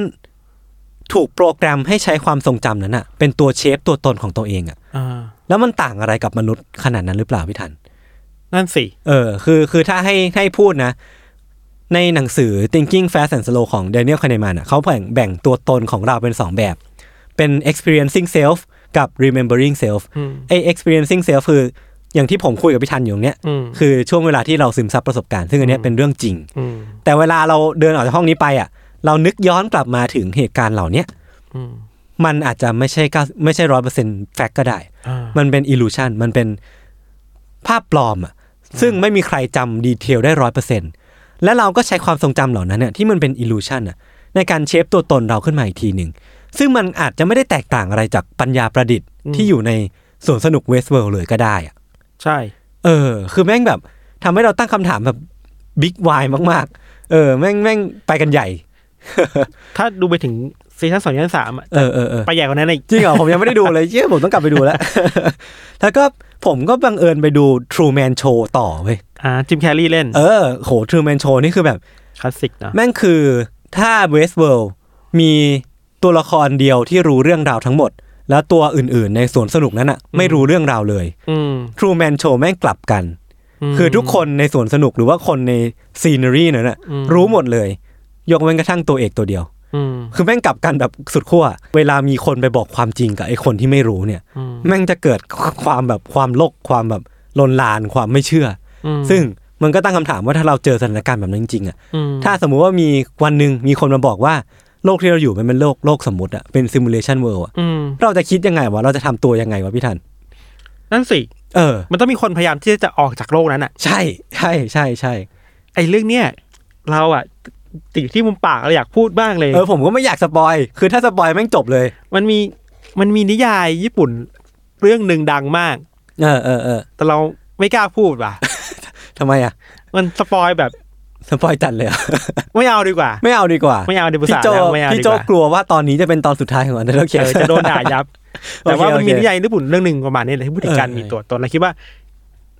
S2: ถูกโปรแกรมให้ใช้ความทรงจำนั้นอ่ะ เป็นตัวเชฟตัวตนของตัวเองอ่ะ
S3: อ่า
S2: แล้วมันต่างอะไรกับมนุษย์ขนาดนั้นหรือเปล่าพี่ทัน
S3: นั่นสิ
S2: เออคือคือถ้าให้ให้พูดนะ ในหนังสือ Thinking Fast and Slow ของ Daniel Kahneman อ่ะเขาแบ่งแบ่งตัวตนของเราเป็น 2 แบบ เป็น experiencing self กับ remembering self
S3: อืม
S2: ไอ experiencing self คืออย่างที่ผมคุยกับพี่ทันอยู่ตรงเนี้ย
S3: อืม
S2: คือช่วงเวลาที่เราซึมซับประสบการณ์ซึ่งอันเนี้ยเป็นเรื่องจริง
S3: อืม
S2: แต่เวลาเราเดินออกจากห้องนี้ไปอ่ะ เรานึกย้อนกลับมาถึงเหตุการณ์เหล่าเนี้ย
S3: อืม
S2: มันอาจจะไม่ใช่ก้าไม่ใช่ร้อยเปอร์เซ็นต์แฟกก็ได้
S3: อ่า
S2: มันเป็นอิลูชันมันเป็นภาพปลอมอะซึ่งไม่มีใครจำดีเทลได้ร้อยเปอร์เซ็นและเราก็ใช้ความทรงจำเหล่านั้นเนี่ยที่มันเป็นอิลูชันอะในการเชฟตัวตนเราขึ้นมาอีกทีหนึ่ง ซึ่งมันอาจจะไม่ได้แตกต่างอะไรจากปัญญาประดิษฐ์ที่อยู่ในสวนสนุกเวสเวิลด์เลยก็ได้อะ
S3: ใช่
S2: เออ คือแม่งแบบทำให้เราตั้งคำถามแบบบิ๊กวายมาก ๆ เออ แม่งแม่งไปกันใหญ่
S3: ถ้าดูไปถึงซีซั่นสองซีซั่นสามอะ
S2: เออเออเออ
S3: ไปใหญ่กว่านั้นอีก
S2: จริงเหรอ ผมยังไม่ได้ดูเลยเชี่ยผมต้องกลับไปดูแล้ว [laughs] แล้วก็ผมก็บังเอิญไปดู True Man Show ต่อเว้ย
S3: อ่าจิมแคร์รีเล่น
S2: เออโห True Man Show นี่คือแบบ
S3: คลาสสิกเนอะ
S2: แม่งคือถ้า Westworld มีตัวละครเดียวที่รู้เรื่องราวทั้งหมด แล้วตัวอื่นๆ ในสวนสนุกนั้นอะไม่รู้เรื่องราวเลย
S3: อืม
S2: True Man Show แม่งกลับกัน คือทุกคนในสวนสนุกหรือว่าคนในซีนารีนั้นอะรู้หมดเลย ยกเว้นกระทั่งตัวเอกตัวเดียว
S3: อืม
S2: คือแม่งกลับกันแบบสุดขั้วเวลามีคนไปบอกความจริงกับไอ้คนที่ไม่รู้เนี่ย
S3: อืม
S2: แม่งจะเกิดความแบบความโลกความแบบลนลานความไม่เชื่อ
S3: อื
S2: อ
S3: ม
S2: ซึ่งมันก็ตั้งคำถามว่าถ้าเราเจอสถานการณ์แบบนั้นจริงๆอ่ะ
S3: อืม
S2: ถ้าสมมุติว่ามีวันหนึ่งมีคนมาบอกว่าโลกที่เราอยู่มันเป็นโลกโลกสมมติอ่ะเป็นซิมูเลชันเวิลด์
S3: อืม
S2: เราจะคิดยังไงวะเราจะทำตัวยังไงวะพี่ทัน
S3: นั่นสิ
S2: เออ
S3: มันต้องมีคนพยายามที่จะออกจากโลกนั้นอะ
S2: ใช่ใช่ใช่ใช่
S3: ไอ้เรื่องเนี้ยเราอะติดอยู่ที่มุมปากเราอยากพูดบ้างเลย
S2: เออผมก็ไม่อยากสปอยคือถ้าสปอยแม่งจบเลย
S3: มันมีมันมีนิยายญี่ปุ่นเรื่องหนึ่งดังมาก
S2: เออเออเออ
S3: แต่เราไม่กล้าพูดว่ะ
S2: ทำไมอ่ะ
S3: มันสปอยแบบ
S2: สปอยจัดเลยเหรอ
S3: ไม่เอาดีกว่า
S2: ไม่เอาดีกว่า
S3: ไม่เอาดีบุ
S2: พี่
S3: ษา
S2: โจ
S3: แล้วไม่เอา
S2: พี่
S3: ดี
S2: โจ
S3: กว่าก
S2: ลัวว่าตอนนี้จะเป็นตอนสุดท้ายของอันเดอร์เคีย
S3: เออจะโดนด่ายับ แต่ว่ามันมีนิยายญี่ปุ่นเรื่องหนึ่งประมาณนี้เลยที่พูดถึงการ
S2: เออ
S3: มีตัวตนเราคิดว่า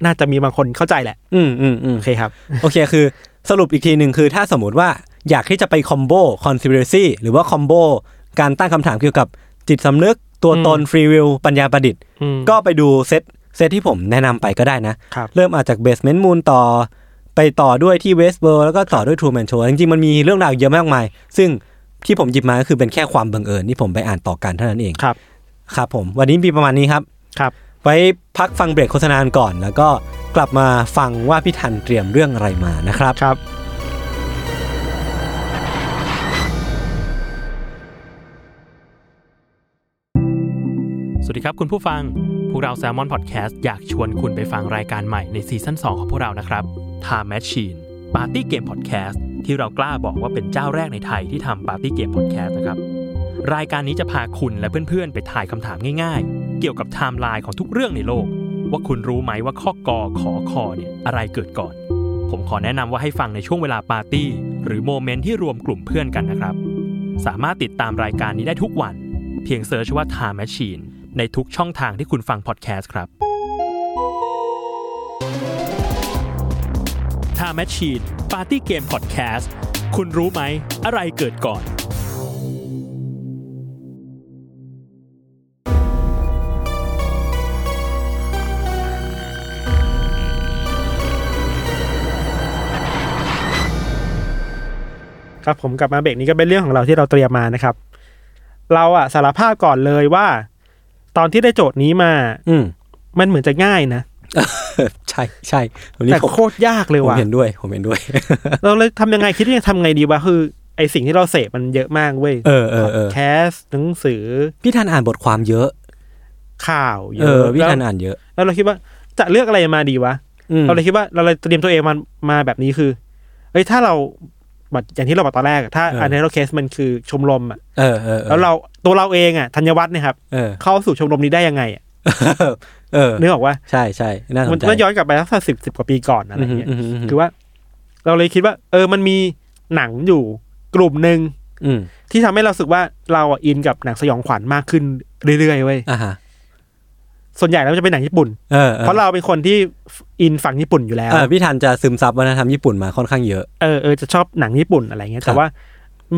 S3: น่าจะมีบางคนเข้าใจแหละ
S2: อืมอืมอืม
S3: โอเคครับ
S2: โอเคคือสรุปอีกทีหนึ่งคือถ้าสมมติว่าอยากที่จะไปคอมโบคอนซิเ r อร์ซีหรือว่าคอมโบการตั้งคำถามเกี่ยวกับจิตสำนึกตัวตนฟรีวิลปัญญาประดิษฐ์
S3: อืม
S2: ก็ไปดูเซตเซตที่ผมแนะนำไปก็ได้นะ
S3: ครับ
S2: เริ่มอาจจากเบสเมนต์มูนต่อ ไปต่อด้วยที่เวสเบิร์แล้วก็ต่อด้วยทรูแมนโชจริงๆ มันมีเรื่องราวเยอะมากมาย ซึ่งที่ผมหยิบมาก็คือเป็นแค่ความบังเอิญที่ผมไปอ่านต่อกันเท่านั้นเอง
S3: ครับ
S2: ครับผมวันนี้มีประมาณนี้ครับ
S3: ครับ
S2: ไว้พักฟังเบรกโฆษณาก่อน แล้วก็กลับมาฟังว่าพี่ทันเตรียมเรื่องอะไรมานะครับ
S3: ครับ
S4: สวัสดีครับคุณผู้ฟัง พวกเรา s ซ l m o n Podcast อยากชวนคุณไปฟังรายการใหม่ในซีซั่น2 ของพวกเรานะครับ Time Machine Party Game Podcast ที่เรากล้าบอกว่าเป็นเจ้าแรกในไทยที่ทำ Party Game Podcast นะครับ รายการนี้จะพาคุณและเพื่อนๆ ไปถ่ายคำถามง่ายๆ เกี่ยวกับไทม์ไลน์ของทุกเรื่องในโลก ว่าคุณรู้ไหมว่าข้อกอขอคอเนี่ยอะไรเกิดก่อน ผมขอแนะนำว่าให้ฟังในช่วงเวลาปาร์ตี้ หรือโมเมนต์ที่รวมกลุ่มเพื่อนกันนะครับ สามารถติดตามรายการนี้ได้ทุกวัน เพียงเซิร์ชว่า Time Machine ในทุกช่องทางที่คุณฟังพอดแคสต์ครับ Time Machine Party Game Podcast คุณรู้ไหม อะไรเกิดก่อน
S3: ครับผมกลับมาเบรกนี้ก็เป็นเรื่องของเราที่เราเตรียมมานะครับ เราอะสารภาพก่อนเลยว่า ตอนที่ได้โจทย์นี้มา
S2: อืม
S3: มันเหมือนจะง่ายนะ
S2: ใช่ใช่วันนี้
S3: แต่
S2: ผม
S3: โคตรยากเลย
S2: ผม
S3: ว่ะ
S2: เห็นด้วยผมเห็นด้วย
S3: เราเลยทำยังไงคิดยังไงทำไงดีวะคือไอสิ่งที่เราเสพมันเยอะมากเว้ย
S2: เออเออเออ
S3: แคสหนังสือ
S2: พี่ทันอ่านบทความเยอะ
S3: ข่าวเย
S2: เอ
S3: อะ
S2: อพี่
S3: แล้ว
S2: ทันอ่านเยอะ
S3: แล้วเราคิดว่าจะเลือกอะไรมาดีวะ
S2: อืม
S3: เราเลยคิดว่าเราเลยเตรียมตัวเองมามาแบบนี้คือเอ้ยถ้าเราแบบอย่างที่เราบอกตอนแรกอะถ้าอันนี้เราเคสมันคือชมรมอะ
S2: เออเออออ
S3: แล้วเราตัวเราเองอะธัญวัฒน์เนี่ยครับ
S2: เออ
S3: เข้าสู่ชมรมนี้ได้ยังไงอะ
S2: เออ
S3: นึกออกว่า
S2: ใช่ใช่น่าส
S3: มัน
S2: นใจ
S3: มันย้อนกลับไปสักสิบสิบกว่าปีก่อนอะไรอย่างเงี้ย
S2: มมม
S3: คือว่า เราเลยคิดว่า เออมันมีหนังอยู่กลุ่มหนึ่ง
S2: อืม
S3: ที่ทำให้เรารู้สึกว่าเราอะอินกับหนังสยองขวัญมากขึ้นเรื่อยๆเว้ย
S2: อ่าฮะ
S3: ส่วนใหญ่แล้วมันจะเป็นหนังญี่ปุ่น
S2: เออออ
S3: เพราะเราเป็นคนที่อินฝั่งญี่ปุ่นอยู่แล้ว
S2: เออพี่ทันจะซึมซับวัฒนธรรมญี่ปุ่นมาค่อนข้างเยอะ
S3: เออเออจะชอบหนังญี่ปุ่นอะไรเงี้ย
S2: ครั
S3: แต่
S2: บ
S3: ว่า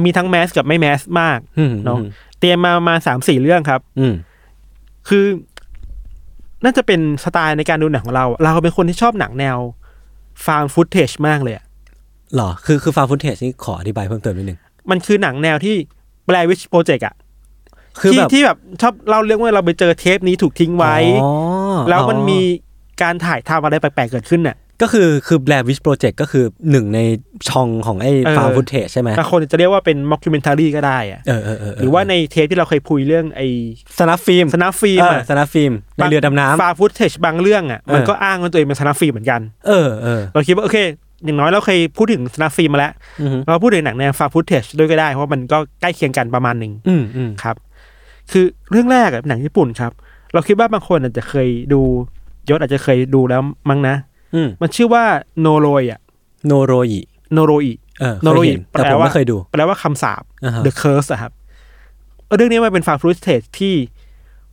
S3: มีทั้งแมสกับไม่แมสมาก
S2: อืม
S3: เนอะ เตรียมมาประมาสามสี่เรื่องครับ
S2: อืม
S3: คือ น่าจะเป็นสไตล์ในการดูหนังของเรา เราเป็นคนที่ชอบหนังแนวฟาร์มฟุตเทจมากเลยอะ
S2: เหรอคือคือฟาร์ฟุตเทจนี่ขออธิบายเพิ่มเติมนิดนึง
S3: มันคือหนังแนวที่แบลวิชโปรเจกต์อะ
S2: คือ
S3: ที่
S2: แบบ
S3: ที่แบบชอบเล่าเรื่องว่าเราไปเจอเทปนี้ถูกทิ้งไว้
S2: อ๋อ
S3: แล้วมันมีการถ่ายทำอะไรแปลกๆเกิดขึ้นน่ะ
S2: ก็คือคือแบลวิชโปรเจกต์ก็คือหนึ่งในช่องของไอ้
S3: เออ
S2: ฟาร์มฟุตเทจใช่ไหม
S3: บางคนจะเรียกว่าเป็นม็อก u ิ e เมนทารีก็ได้อะ
S2: เออเออเออเห
S3: รือว่าในเทปที่เราเคยพูดเรื่องไอ้
S2: สนับฟิล์ม
S3: สนับฟิล์ม
S2: เออ
S3: อะ
S2: สนับฟิล์มในเรือดำน้ำ
S3: ฟาร์ฟุตเทจบางเรื่องอ่ะมัน
S2: เออ
S3: ก็อ้างว่าตัวเองเป็นสนับฟิล์มเหมือนกัน
S2: เออเออ
S3: เราคิดว่าโอเค อย่างน้อยเราเคยพูดถึงสนับฟิล์มมาแล้ว
S2: อืม
S3: เราพูดถึงหนังแนวฟาร์ฟุตเทจด้วยก็ได้ เพราะมันก็ใกล้เคียงกันประมาณหนึ่ง
S2: อืมอืม
S3: ครับ คือเรื่องแรกอะหนังญี่ปุ่นครับ เราคิดว่าบางคนอาจจะเคยดูยศอาจจะเคยดูแล้วมั้งนะ
S2: อืม
S3: มันชื่อว่าโนโรยอะ
S2: โนโรยิ
S3: โนโรอิ
S2: เออเค
S3: โน
S2: ย
S3: โรยิ
S2: เห็นแต่
S3: แป
S2: ผ
S3: ล
S2: ม
S3: ว่า
S2: ไม่เคยดู
S3: แปลว่าคำสาป
S2: อ่าฮะ
S3: The Curse อะครับเออเรื่องนี้มันเป็นฟาร์ฟุตเทจที่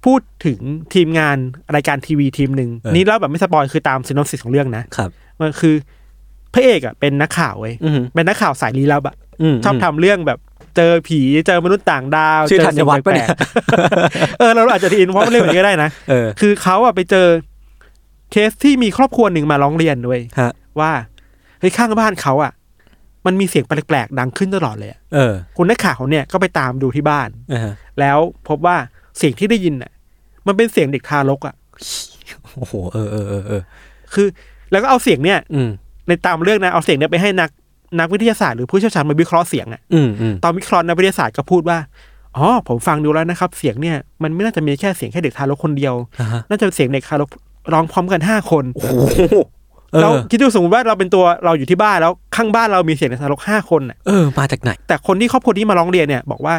S3: พูดถึงทีมงานรายการทีวีทีมหนึ่ง
S2: เออ
S3: นี่เล่าแบบไม่สปอยคือตามซีนอปซิสของเรื่องนะ
S2: ครับ
S3: มันคือพระเอกอ่ะเป็นนักข่าวเว้ย
S2: อืม
S3: เป็นนักข่าวสายลี้ลับอ่ะ
S2: ม
S3: ชอบทำเรื่องแบบเจอผีเจอมนุษย์ต่างดาว
S2: ชื่อ
S3: เจ
S2: ธัญ
S3: สิ่ง
S2: วัฒน์ปะ
S3: แปล
S2: เนี่ย
S3: กๆเออเราอาจจะได้ยินเพราะมันเรื่องแบบนี้ก็ได้
S2: [laughs]
S3: นะ
S2: เออ
S3: คือเขาอ่ะไปเจอเคสที่มีครอบครัวหนึ่งมาร้องเรียนด้วย
S2: ฮะ
S3: ว่าเฮ้ยข้างบ้านเขาอ่ะ มันมีเสียงแปลกๆดังขึ้นตลอดเลยอะ
S2: เออ
S3: คุณนักข่าวเนี่ยก็ไปตามดูที่บ้าน
S2: อ่าฮะ
S3: แล้วพบว่าเสียงที่ได้ยินน่ะ มันเป็นเสียงเด็กทารกอ่ะ
S2: โอ้โหเออเออเออเออ
S3: คือ แล้วก็เอาเสียงเนี่ย
S2: อืม
S3: ในตามเรื่องนะเอาเสียงเนี่ยไปให้นักนักวิทยาศาสตร์หรือผู้เชี่ยวชาญมาวิเคราะห์เสียงอ่ะ
S2: อืมอืม
S3: ตอนวิเคราะห์นักวิทยาศาสตร์ก็พูดว่าอ๋อผมฟังดูแล้วนะครับ เสียงเนี่ยมันไม่น่าจะมีแค่เสียงแค่เด็กทารกคนเดียว
S2: อ่าฮะ
S3: น่าจะเป็นเสียงเด็กทารกร้องพร้อมกันห้าคน
S2: โอ้โหเอ
S3: เรา
S2: อ
S3: คิดดูสมมติว่าเราเป็นตัวเราอยู่ที่บ้านแล้วข้างบ้านเรามีเสียงเด็กทารกห้าคนน่ะ
S2: เออมาจากไหน
S3: แต่คนที่ครอบครัวที่มาร้องเรียนเนี่ยบอกว่า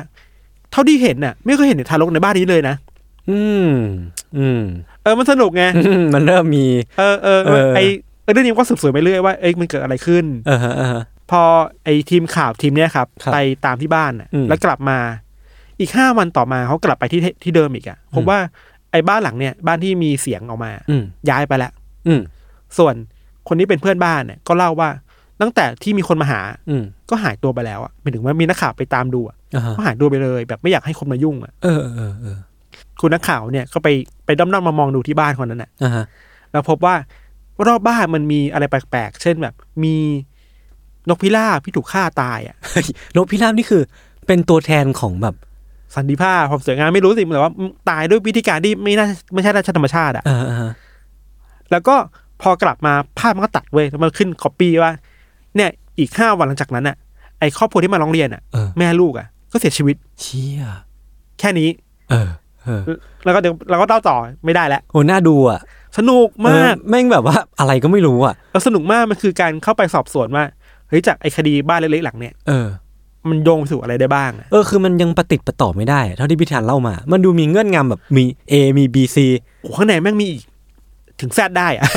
S3: เท่าที่เห็นน่ะ ไม่เคยเห็นเด็กทารกในบ้านนี้เลยนะ
S2: อืมอืม
S3: เออมันสนุกไง
S2: อืม [laughs] มันเริ่มมี
S3: เออเออเออ
S2: เออ
S3: ไอเออเรื่องนี้มันก็สืบสวนไปเรื่อยว่าเอ้ยมันเกิดอะไรขึ้น
S2: เออฮะเออฮะ
S3: พอไอทีมข่าวทีมเนี้ยครับ
S2: ครับ
S3: ไปตามที่บ้านน่ะ
S2: อืม
S3: แล้วกลับมาอีกห้าวันต่อมาเขากลับไปที่ที่เดิมอีกอะ่ะพบว่าไอ้บ้านหลังเนี่ยบ้านที่มีเสียงออกมา
S2: อืม
S3: ย้ายไปแล้ว
S2: อืม
S3: ส่วนคนที่เป็นเพื่อนบ้านเนี่ยก็เล่าว่าตั้งแต่ที่มีคนมาหา
S2: อืม
S3: ก็หายตัวไปแล้วอะ่ะหมายถึงว่ามีนักข่าวไปตามดูอะ
S2: อ่าฮะ
S3: ก็หายตัวไปเลย แบบไม่อยากให้คนมายุ่งอะ่ะ
S2: เออเออเออ
S3: คุณนักข่าวเนี่ยก็ไปไปด้อมๆมามองดูที่บ้านคนนั้นอ่ะ
S2: อ่าฮะ [laughs]
S3: แล้วพบว่ารอบบ้านมันมีอะไรแปลกๆเช่นแบบ มีนกพิราบที่ถูกฆ่าตายอ่ะ
S2: เฮ้ยนกพิราบนี่คือ เป็นตัวแทนของแบบ
S3: สันติภาพความสวยงามไม่รู้สิแต่ว่าตายด้วยวิธีการที่ไม่น่าไม่ใช่ราชธรรมชาติอะ
S2: อ่าอ่าฮะ
S3: แล้วก็พอกลับมาภาพมันก็ตัดเว้ยแล้วมันขึ้นคอปปี้ว่า เนี่ยอีกห้าวันหลังจากนั้นอะไอครอบครัวที่มาร้องเรียนอะ
S2: เออ
S3: แม่ลูกอะก็เสียชีวิต
S2: เชี่ย
S3: แค่นี้
S2: เออเออ
S3: แล้วก็เดี๋ยวเราก็เล่าต่อไม่ได้แล้ว
S2: โอ้น่าดูอ่ะ
S3: สนุกมาก
S2: เออแม่งแบบว่าอะไรก็ไม่รู้อ่ะ
S3: แล้วสนุกมากมันคือการเข้าไปสอบสวนว่าเฮ้ยจากไอคดีบ้านเล็กๆหลังเนี่ย
S2: เออ
S3: มันโยงสู่อะไรได้บ้างอะ
S2: เออคือมันยังประติดประต่อไม่ได้ เท่าที่พิธันเล่ามา มันดูมีเงื่อนงำแบบมี A มี [laughs] B C
S3: โอ้โหข้างในแม่งมีอีกถึงแซดได้อะ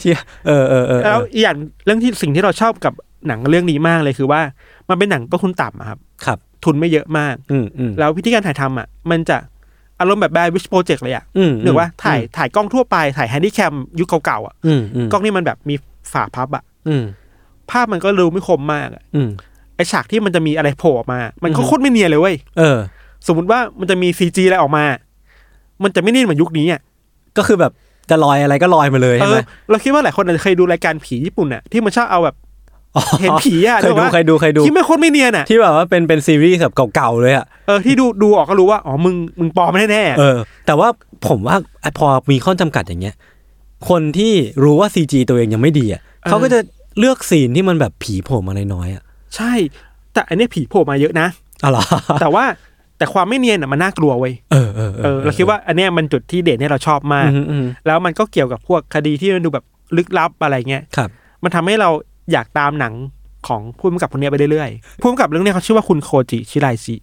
S2: เชี่ยเออเออเออเอ
S3: แล้ว
S2: อ
S3: อีกอย่างเรื่องที่สิ่งที่เราชอบกับหนังเรื่องนี้มากเลยคือว่ามันเป็นหนังต้นทุนต่ำอะครับ
S2: ครับ
S3: ทุนไม่เยอะมาก
S2: อืมอืม
S3: แล้ววิธีการถ่ายทำอ่ะ มันจะอารมณ์แบบแบวิชโปรเจกต์เลยอ่ะ
S2: อืม
S3: หรือว่าถ่ายถ่ายกล้องทั่วไปถ่ายแฮนดี้แคมยุคเก่าๆอ่ะ
S2: อืมอืม
S3: กล้องนี่มันแบบมีฝาพับอ่ะ
S2: อืม
S3: ภาพมันก็รูไม่คมมากอะ
S2: อืม
S3: ไอฉากที่มันจะมีอะไรโผล่ออกมา มันก็
S2: อืม
S3: โคตรไม่เนียนเลยเว้ย
S2: เออ
S3: สมมติว่ามันจะมีซีจีอะไรออกมา มันจะไม่เนียนเหมือนยุคนี้อ่ะ
S2: ก็คือแบบจะลอยอะไรก็ลอยมาเลย
S3: เอ
S2: ใช่ไห
S3: อ
S2: ม
S3: เราคิดว่าหลายคนอาจจะเคยดูรายการผีญี่ปุ่นอ่ะที่มันชอบเอาแบบ
S2: อ๋อ
S3: เห็นผีอ่ะ
S2: เคยดู
S3: ว่า
S2: เคยดูเคยดู
S3: ที่ไม่โคตรไม่เนียนอ่ะ
S2: ที่แบบว่าเป็นเป็นซีรีส์แบบเก่าๆเลยอ่ะ
S3: เออที่ดูดูออกก็รู้ว่าอ๋อมึงมึงปลอมแน่ๆ
S2: เออ แต่ว่าผมว่าพอมีข้อจำกัดอย่างเงี้ย คนที่รู้ว่า CG ตัวเองยังไม่ดีอ่ะเขาก็จะเลือกซีนที่มันแบบผีโผล่มาน้อยๆอ่ะ [laughs]
S3: ใช่ แต่อันเนี้ยผีโผล่มาเยอะนะ
S2: อ๋อเหรอ
S3: แต่ว่าแต่ความไม่เนียนอ่ะมันน่ากลัวเว้ย
S2: เออเออ
S3: เออเราคิดว่าอันเนี้ยมันจุดที่เด่นที่เราชอบมาก
S2: อืมอืม
S3: แล้วมันก็เกี่ยวกับพวกคดีที่มันดูแบบลึกลับอะไรเงี้ย
S2: ครับ
S3: มันทำให้เราอยากตามหนังของผู้กำกับคนเนี้ยไปเรื่อยๆผู้กำกับเรื่องเนี้ยเขาชื่อว่าคุณโคจิชิไรชิ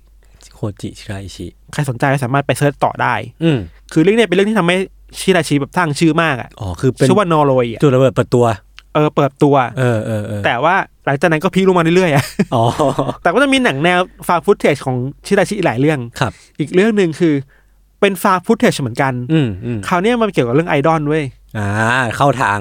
S2: โคจิชิราอิชิ
S3: ใครสนใจก็สามารถไปเซิร์ชต่อได้
S2: อืม
S3: คือเรื่องเนี้ยเป็นเรื่องที่ทำให้ชิไรชิแบบสร้างชื่อมากอ่ะ
S2: อ๋อ คือเป็น
S3: ชื่อว่านอโรยอะ
S2: จุดระเบิดเปิดตัว
S3: เออเปิดตัว
S2: เออเออเออ
S3: แต่ว่าหลังจากนั้นก็พีคลงมาเรื่อยๆอะ
S2: อ๋อ
S3: แต่ก็จะมีหนังแนวฟาร์ฟุตเทจของชิราชิอีกหลายเรื่อง
S2: ครับ
S3: อีกเรื่องหนึ่งคือเป็นฟาร์ฟุตเทจเหมือนกัน
S2: อืมอืม
S3: คราวเนี้ยมันเกี่ยวกับเรื่องไอดอลเว้ย
S2: อ่า เข้าทาง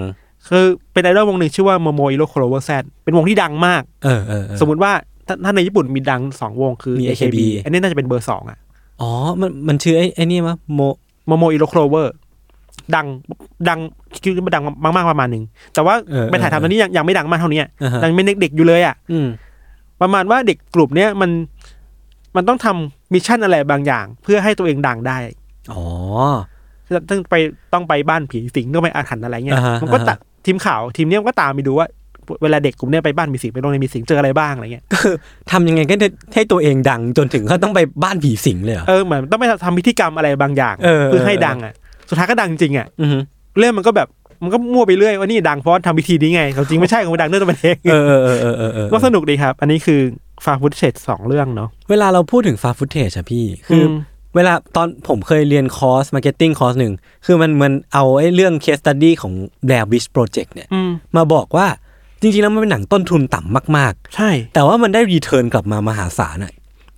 S3: คือเป็นไอดอลวงหนึ่งชื่อว่าโมโมอิโรโคโรเวอร์แซดเป็นวงที่ดังมาก
S2: เออเออเออ
S3: สมมติว่าถ้าถ้าในญี่ปุ่นมีดังสองวงคือ
S2: มี AKB
S3: อันนี้น่าจะเป็นเบอร์สองอะ
S2: อ๋อ มัน มันชื่อไอ้ไอ้นี่มั้ยโม
S3: โมโมอิโรโคโรเวอร์ดังดังคิดว่าดังมากๆประมาณหนึ่งแต่ว่า
S2: เออ
S3: ไปถ่ายทำตอนนี้ยังยังไม่ดังมากเท่านี้อะ
S2: อ่าฮะ
S3: ยังเป็นเด็กๆอยู่เลยอะ
S2: อืม
S3: ประมาณว่าเด็กกลุ่มเนี้ยมันมันต้องทำมิชชั่นอะไรบางอย่าง เพื่อให้ตัวเองดังได้
S2: อ๋อ
S3: ต้องไปต้องไปบ้านผีสิงต้องไปอาถรรพ์อะไรเงี้ย
S2: อ่าฮะ
S3: มันก็
S2: อ่าฮะ
S3: ตัดทีมข่าวทีมเนี้ยมันก็ตามไปดูว่า เวลาเด็กกลุ่มเนี้ยไปบ้านผีสิงไปโรงเรียนผีสิงเจออะไรบ้างอะไรเงี้ย
S2: ก็คือทำยังไงก็ได้ให้ตัวเองดังจนถึงเขาต้องไปบ้านผีสิงเลยเหรอ
S3: เออเหมือนต้องไปทำพิธีกรรมอะไรบางอย่าง
S2: เออ
S3: เพื่อให้
S2: เออ
S3: ดังอ่ะสุดท้ายก็ดังจริงอ่ะ
S2: อืม
S3: เรื่องมันก็แบบมันก็มั่วไปเรื่อยว่านี่ดังเพราะทำพิธีนี้ไงแต่จริงไม่ใช่ของมันดังเรื่องตัวมันเอง
S2: เออเออเออเออเออเออ
S3: ก็สนุกดีครับ อันนี้คือฟาฟุตเชดสองเรื่องเนาะ
S2: เวลาเราพูดถึงฟาฟุตเทจอะพี่ คืออ
S3: ม
S2: เวลาตอนผมเคยเรียนคอร์สมาร์เก็ตติ้งคอร์สหนึ่ง คือมันมันเอาไอ้เรื่องเคสตัดดี้ของแบร์บิชโปรเจกต์เนี่ย
S3: อืม
S2: มาบอกว่าจริงๆแล้วมันเป็นหนังต้นทุนต่ำมาก ๆ
S3: ใช่
S2: แต่ว่ามันได้รีเทิร์นกลับมามหาศาลอะ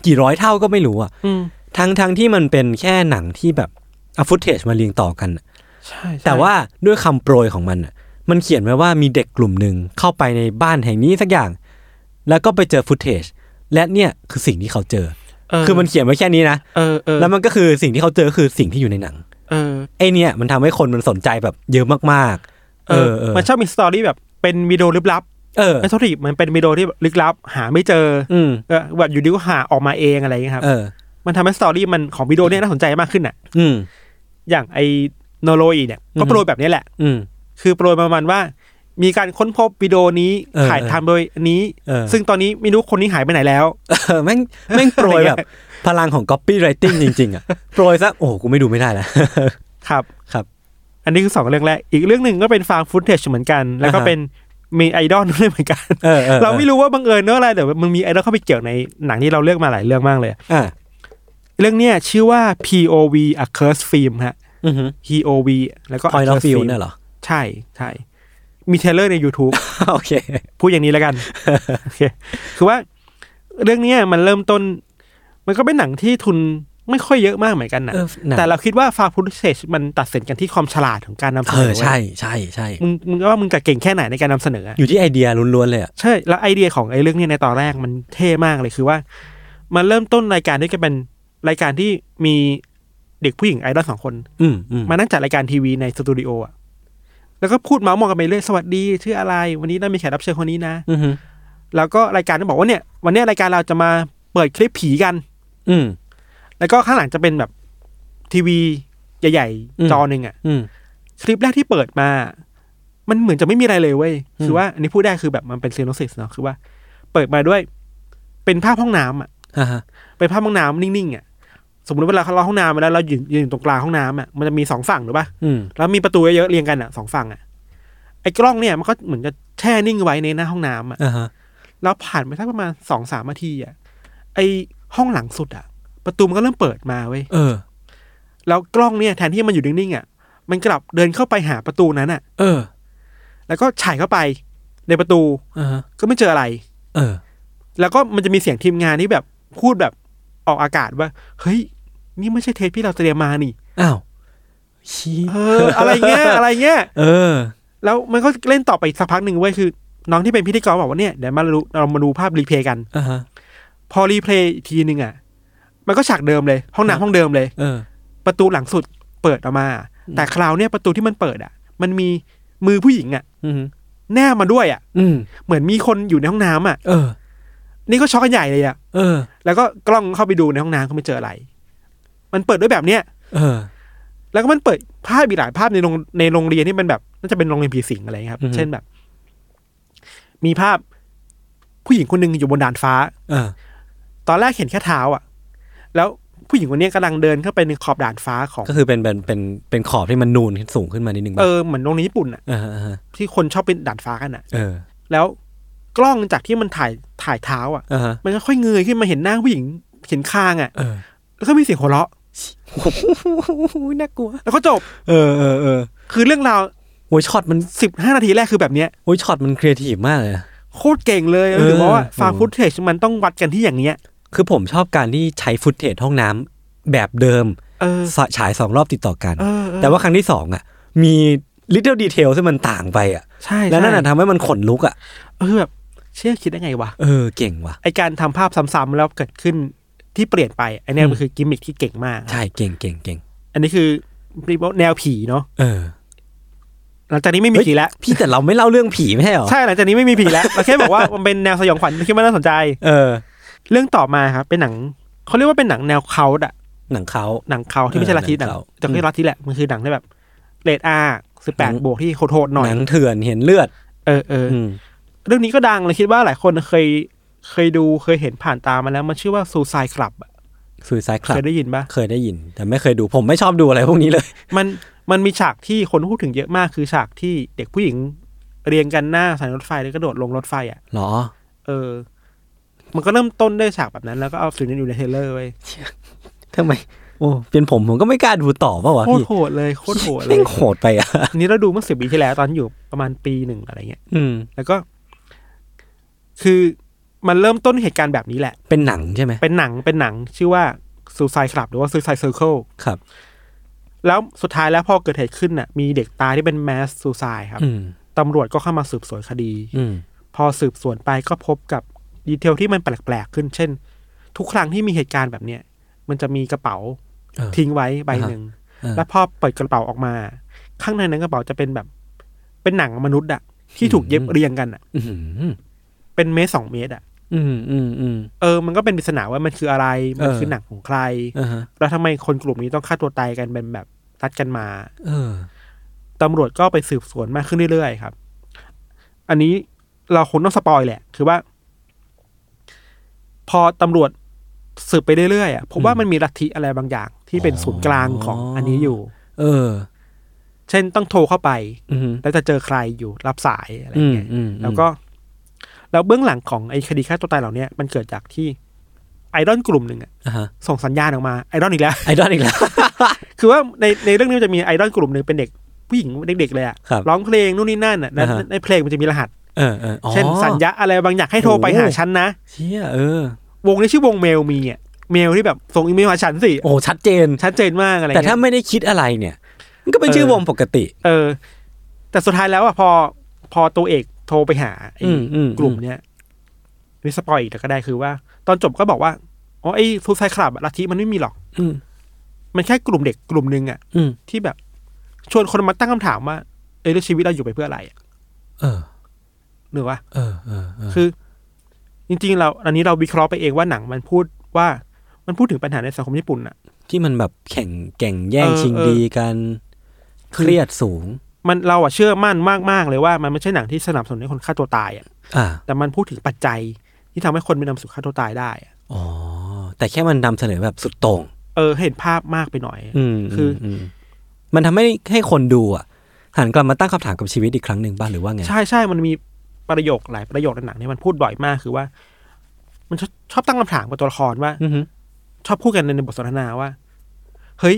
S2: กี่ร้อยเท่าก็ไม่รู้อะ
S3: อืม
S2: ทั้งทั้งที่มันเป็นแค่หนังที่แบบเอาฟุตเทจมาเรียงต่อกันอะ
S3: ใช่ใช่
S2: แต่ว่าด้วยคำโปรยของมันอะมันเขียนไว้ว่ามีเด็กกลุ่มหนึ่งเข้าไปในบ้านแห่งนี้สักอย่าง แล้วก็ไปเจอฟุตเทจและเนี่ยคือสิ่งที่เขาเจอ
S3: เอ
S2: คือมันเขียนไว้แค่นี้นะ
S3: เออเออ
S2: แล้วมันก็คือสิ่งที่เขาเจอคือสิ่งที่อยู่ในหนัง
S3: เออ
S2: ไอเนี่ยมันทำให้คนมันสนใจแบบเยอะมากๆ
S3: เออ มันชอบมีสตอรี่แบบเป็นวิดีโอลึกลับ
S2: เออ
S3: ไอ้โทษทีมันเป็นวิดีโอที่ลึกลับ หาไม่เจอ
S2: อืม
S3: เออแบบอยู่ดีก็หาออกมาเองอะไรอย่างเงี้ยครับ
S2: เออ
S3: มันทำให้สตอรี่มันของวิดีโอเนี่ยน่าสนใจมากขึ้นอ่ะ
S2: อืม
S3: อย่างไอโนโลอีเนี่ย
S2: อือฮึ
S3: ก็โปรยแบบนี้แหละ
S2: อืม
S3: คือโปรยประมาณว่า มีการค้นพบวิดีโอนี้
S2: เออ
S3: ถ่ายทำโดยอันนี้
S2: เออ
S3: ซึ่งตอนนี้ไม่รู้คนนี้หายไปไหนแล้ว
S2: เออแม่งแม่งโปรยแบบ พลังของ copywriting จริง ๆ อ่ะ โปรยซะ โอ้โหกูไม่ดูไม่ได้ละ
S3: ครับ
S2: ครับ
S3: อันนี้คือสองเรื่องแรก อีกเรื่องหนึ่งก็เป็นฟาร์มฟุตเทจเหมือนกัน แล้วก็
S2: อ่าฮะ
S3: เป็นมีไอดอลด้วยเหมือนกัน
S2: เออออ
S3: เราไม่รู้ว่าบังเอิญเนอะอะไรแต่ว่ามันมีไอดอลเข้าไปเกี่ยวในหนังที่เราเลือกมาหลายเรื่องมากเลย
S2: อ่ะ
S3: เรื่องเนี้ยชื่อว่า POV a Curse Film ฮะ
S2: อือหือ
S3: POV แล้วก็ A
S2: point of
S3: Curse
S2: view
S3: Film
S2: เนี่ยเหรอ
S3: ใช่ใช่มีเทรลเลอร์ใน YouTube
S2: [laughs] โอ [laughs] เค
S3: พูดอย่างนี้แล้ว
S2: [laughs]
S3: กัน โอเค คือว่าเรื่องเนี้ยมันเริ่มต้น มันก็เป็นหนังที่ทุนไม่ค่อยเยอะมากเหมือนกันนะ
S2: เออหนัง
S3: แต่เราคิดว่าฟาร์พุทเซชมันตัดสินกันที่ความฉลาดของการนำเส
S2: เอน อ
S3: อ
S2: ใช่ใช่ใช่
S3: เว้ยมึงมึงก็ว่ามึงกะเก่งแค่ไหนในการนำเสนออะ
S2: อยู่ที่ไอเดียล้วนๆเลยอ่ะ
S3: ใช่แล้วไอเดียของไอ้เรื่องเนี้ยในตอนแรกมันเท่มากเลยคือว่า มันเริ่มต้นรายการด้วยกันเป็นรายการที่มีเด็กผู้หญิงไอดอลสองคน
S2: อืมอืม
S3: มานั่งจัดรายการทีวีในสตูดิโออะแล้วก็พูดเมาส์มองกันไปเรื่อยสวัสดีชื่ออะไร วันนี้ได้มีแขกรับเชิญคนนี้นะ
S2: อือหือ
S3: แล้วก็รายการก็บอกว่าเนี่ย วันเนี้ยรายการเราจะมาเปิดคลิปผีกัน
S2: อืม
S3: แล้วก็ข้างหลังจะเป็นแบบทีวีใหญ่
S2: อืม
S3: ๆ จอหนึ่งอะ
S2: อืม
S3: คลิปแรกที่เปิดมา มันเหมือนจะไม่มีอะไรเลยเว้ย
S2: อืม
S3: คือว่าอันนี้พูดได้คือแบบมันเป็นซีโนซิสเนาะคือว่า เปิดมาด้วย เป็นภาพห้องน้ำอะ
S2: อ่าฮะ
S3: เป็นภาพห้องน้ำนิ่งๆอะสมมติเวลาเราห้องน้ำไปแล้วเรายืนยืนอยู่ตรงกลางห้องน้ำอะมันจะมีสองฝั่งหรือปะ
S2: อืม
S3: แล้วมีประตูเยอะๆเรียงกันอ่ะสองฝั่งอ่ะไอ้กล้องเนี่ยมันก็เหมือนจะแช่นิ่งไว้ในหน้าห้องน้ำอ่ะ
S2: อ่าฮะ
S3: แล้วผ่านไปสักประมาณสองสามนาทีอ่ะไอ้ห้องหลังสุดอ่ะ ประตูมันก็เริ่มเปิดมาเว้ย
S2: เออ
S3: แล้วกล้องเนี่ยแทนที่มันอยู่นิ่งๆอ่ะมันกลับเดินเข้าไปหาประตูนั้นอ่ะ
S2: เออ
S3: แล้วก็ฉายเข้าไปในประตู
S2: อ่าฮะ
S3: ก็ไม่เจออะไร
S2: เออ
S3: แล้วก็มันจะมีเสียงทีมงานที่แบบพูดแบบออกอากาศว่า เฮ้ย นี่ไม่ใช่เทปที่เราเตรียมมานี่
S2: อ้าวชี้
S3: เอออะไรเงี้ยอะไรเงี้ย
S2: เออ
S3: แล้วมันก็เล่นต่อไปอีกสักพักหนึ่งเว้ยคือ น้องที่เป็นพิธีกรบอกว่าเนี่ยเดี๋ยวมาดูเรามาดูภาพรีเพลย์กัน
S2: อ่าฮะ
S3: พอรีเพลย์อีกทีหนึ่งอ่ะ มันก็ฉากเดิมเลย ห้อง
S2: ครับ
S3: น้ำห้องเดิมเลย
S2: เออ
S3: ประตูหลังสุดเปิดออกมา แต่คราวเนี่ยประตูที่มันเปิดอ่ะ มันมีมือผู้หญิงอ่ะ
S2: อืม
S3: แนบมาด้วยอ่ะ
S2: อืม
S3: เหมือนมีคนอยู่ในห้องน้ำอ่ะ
S2: เออ
S3: นี่ก็ช็อกกันใหญ่เลยอ่ะ
S2: เออ
S3: แล้วก็กล้องเข้าไปดูในห้องน้ำก็ไม่เจออะไร มันเปิดด้วยแบบเนี้ย
S2: เออ
S3: แล้วก็มันเปิดภาพอีกหลายภาพในโรงในโรงเรียนที่มันแบบน่าจะเป็นโรงเรียนผีสิงอะไรเงี้ยครับ
S2: อือฮึ
S3: เช่นแบบ มีภาพผู้หญิงคนหนึ่งอยู่บนดาดฟ้า
S2: เออ
S3: ตอนแรกเห็นแค่เท้าอ่ะ แล้วผู้หญิงคนเนี้ยกำลังเดินเข้าไปในขอบด่านฟ้าของ
S2: ก็คือเป็นเป็นเป็นเป็นขอบที่มันนูนสูงขึ้นมานิดนึง
S3: เอ
S2: ป่ะ
S3: อเหมือนโรงเรียนญี่ปุ่นอ่ะ
S2: เออเออเออ
S3: ที่คนชอบเป็นด่านฟ้ากันอ่ะ
S2: เออ
S3: แล้วกล้องจากที่มันถ่ายถ่ายเท้าอ่ะ
S2: อ่าฮะ
S3: มันก็ค่อยเงยขึ้นมาเห็นหน้าผู้หญิงเห็นคางอ่ะ
S2: เออ
S3: แล้วก็มีเสียงหัวเราะ
S2: น่ากลัว
S3: แล้วก็จบ
S2: เออเออเออ
S3: คือเรื่องราว
S2: โอ้ยช็อตมัน
S3: สิบห้านาทีแรกคือแบบเนี้ย
S2: โอ้ยช็อตมันครีเอทีฟมากเลยอะ
S3: โคตรเก่งเลย
S2: เออ
S3: หรือว่า
S2: โอ้
S3: ฟาร์ฟุตเทจมันต้องวัดกันที่อย่างเนี้ย
S2: คือผมชอบการที่ใช้ฟุตเทจห้องน้ำแบบเดิม
S3: เออ
S2: สฉายสองรอบติดต่อกัน
S3: เออเออ
S2: แต่ว่าครั้งที่สองอ่ะ มีลิ t เ l e d ดีเทลซึ่งมันต่างไปอ่ะ
S3: ใช่
S2: แล้วนั่นน่ะ
S3: ใช่
S2: ทำให้มันขนลุกอ่ะ
S3: เออแบบเชื่อคิดได้ไงวะ
S2: เออเก่งว่ะ
S3: ไอการทำภาพซ้ำๆแล้วเกิดขึ้นที่เปลี่ยนไปอันเนี้ย
S2: อืม
S3: มันคือกิมมิคที่เก่งมาก
S2: ใช่เก่งเก่งเก่ง
S3: อันนี้คือแนวผีเนาะ
S2: เออ
S3: หลังจากนี้ไม่มีผีแล้ว
S2: พี่แต่เราไม่เล่าเรื่องผีไม่ใช่เหรอ
S3: ใช่หลังจากนี้ไม่มีผีแล้วเราแค่บอกว่า [laughs] มันเป็นแนวสยองขวัญที่มันน่าสนใจ
S2: เออ
S3: เรื่องต่อมาครับเป็นหนังเขาเรียกว่าเป็นหนังแนวเขาท์อะ
S2: หนังเขา
S3: หนังเขาท์ที่ไม่ใช่ลัทธิหนัง
S2: เออหนังเขาท์
S3: แต่ไม่ใช่ลัทธิแหละมันคือหนังที่แบบเลดอาสิบ
S2: ห
S3: แป
S2: นั
S3: ด
S2: ง
S3: บวกที่โหดๆหน่อย
S2: หนังเถื่อนเห็นเลือด
S3: เออเออ
S2: อืม
S3: เรื่องนี้ก็ดังเลยคิดว่าหลายคนเคยเคยดูเคยเห็นผ่านตามาแล้ว มันชื่อว่าซูซายคลับ
S2: ซูซายคลั
S3: เค
S2: บ
S3: ยได้ยินปะ
S2: เคยได้ยิน แต่ไม่เคยดูผมไม่ชอบดูอะไรพวกนี้เลย [laughs]
S3: มันมันมีฉากที่คนพูดถึงเยอะมากคือฉากที่เด็กผู้หญิงเรียงกันหน้าสายรถไฟแล้วก็โดดลงรถไฟอะ
S2: หรอ
S3: เออ มันก็เริ่มต้นด้วยฉากแบบนั้น แล้วก็เอาสิ่งนั้นอยู่ในเทรลเลอร์ไว้ย
S2: ทำไม โอ้เป็นผมผมก็ไม่กล้าดูต่อป่าวะ
S3: โคตร
S2: พี่
S3: โหดเลยโคตรโหดเล
S2: แม่
S3: ย
S2: งโหดไปอ่ะ [laughs]
S3: อันนี้เราดูเมื่อสิบปีที่แล้วตอนอยู่ประมาณปีหนึ่งอะไรเงี้ย
S2: อืม
S3: แล้วก็ คือมันเริ่มต้นเหตุการณ์แบบนี้แหละ
S2: เป็นหนังใช่ไหม
S3: เป็นหนังเป็นหนังชื่อว่า Suicide Club หรือว่า Suicide Circle
S2: ครับ
S3: แล้วสุดท้ายแล้วพอเกิดเหตุขึ้นน่ะ มีเด็กตายที่เป็นแมสซูซายครับ
S2: อืม
S3: ตำรวจก็เข้ามาสืบสวนคดี
S2: อืม
S3: พอสืบสวนไปก็พบกับดีเทลที่มันแปลกๆขึ้น เช่น ทุกครั้งที่มีเหตุการณ์แบบเนี้ยมันจะมีกระเป๋า
S2: เออ
S3: ทิ้งไว้ใบหนึ่ง
S2: เออ
S3: แล้วพอเปิดกระเป๋าออกมา ข้างในนั้นกระเป๋าจะเป็นแบบ เป็นหนังมนุษย์อะ ที่ถูกเย็บเรียงกันอ่ะ
S2: อื้อหือ
S3: เป็นเมตรสองเมตรอ่ะ
S2: อืมอืมอืม
S3: เออ มันก็เป็นปริศนาว่ามันคืออะไร มัน
S2: เออ
S3: คือหนังของใคร
S2: อ่าฮะ
S3: แล้วทำไมคนกลุ่มนี้ต้องฆ่าตัวตายกันเป็นแบบนัดกันมา
S2: เออ
S3: ตำรวจก็ไปสืบสวนมากขึ้นเรื่อยๆครับ อันนี้เราคงต้องสปอยแหละ คือว่า พอตำรวจสืบไปเรื่อยๆอ่ะผมว่า
S2: อืม
S3: มันมีลัทธิอะไรบางอย่าง ที่เป็นศูนย์กลางของ
S2: อ๋ออั
S3: อันนี้อยู่
S2: เออ
S3: เช่นต้องโทรเข้าไป
S2: อืม
S3: แล้วจะเจอใครอยู่รับสายอะไรอ
S2: อื
S3: ย่าง
S2: ม
S3: เงี้ย
S2: อืม
S3: แล้วก็ แล้วเบื้องหลังของไอ้คดีฆ่าตัวตายเหล่าเนี้ยมันเกิดจากที่ไอดอลกลุ่มหนึ่งอ่ะ
S2: อ่าฮะ
S3: ส่งสัญญาณออกมาไอดอลอีกแล้ว [laughs]
S2: ไอดอลอีกแล้ว
S3: คือว่าในในเรื่องนี้มันจะมีไอดอลกลุ่มหนึ่งเป็นเด็กผู้หญิงเด็กๆเลยอะ
S2: ครับ
S3: ร้องเพลงนู่นนี่นั่นอะใน
S2: อ่าฮะ
S3: ในเพลงมันจะมีรหัส
S2: เออเอออ๋อ
S3: เช่นสัญญาอะไรบางอย่างให้โทรไป
S2: โอ้
S3: หาฉันนะ
S2: เชี่ยเออ
S3: วงนี้ชื่อวงเมลมีอ่ะเมลที่แบบส่งอีเมลหาฉันสิ
S2: โอ้ชัดเจน
S3: ชัดเจนมากอะไร
S2: แต่
S3: เงี้
S2: ถ้าย ไม่ได้คิดอะไรเนี่ย มันก็เป็น
S3: เออ
S2: ชื่อวงปกติ
S3: เออ แต่สุดท้ายแล้วอะพอพอตัวเอกโทรไปหาไอ้
S2: อืมอืม
S3: กลุ่มเนี้ยนี่สปอยอีกแต่ก็ได้คือว่า ตอนจบก็บอกว่าอ๋อไอ้ซูซายคลับลัทธิมันไม่มีหรอก
S2: อืม
S3: มันแค่กลุ่มเด็กกลุ่มหนึ่งอะ
S2: อืม
S3: ที่แบบ ชวนคนมาตั้งคำถามว่าเออแล้วชีวิตเราอยู่ไปเพื่ออะไรอะ
S2: เออ
S3: หรือว่า
S2: เออเออเออ
S3: คือจริงๆเราอันนี้เราวิเคราะห์ไปเองว่าหนังมันพูดว่ามันพูดถึงปัญหาในสังคมญี่ปุ่นอะ
S2: ที่มันแบบแข่งแก่งแย่ง
S3: เออ
S2: ชิง
S3: เออ
S2: ดีกัน เครียดสูง
S3: มันเราอะเชื่อมั่นมากๆเลยว่ามันไม่ใช่หนังที่สนับสนุนให้คนฆ่าตัวตายอะ
S2: อ่า
S3: แต่มันพูดถึงปัจจัยที่ทำให้คนไปนำสู่ฆ่าตัวตายได้อะ
S2: อ๋อ แต่แค่มันนำเสนอแบบสุดโต่ง
S3: เออ เห็นภาพมากไปหน่อย
S2: อืม
S3: คือ
S2: มมมันทำให้ให้คนดูอ่ะ หันกลับมาตั้งคำถามกับชีวิตอีกครั้งหนึ่งบ้างหรือว่าไง
S3: ใช่ใช่มันมีประโยคหลายประโยคในหนังเนี่ยมันพูดบ่อยมากคือว่า มันชอบชอบตั้งคำถามกับตัวละครว่า
S2: อือหือ
S3: ชอบพูดกันในบทสนทนาว่า เฮ้ย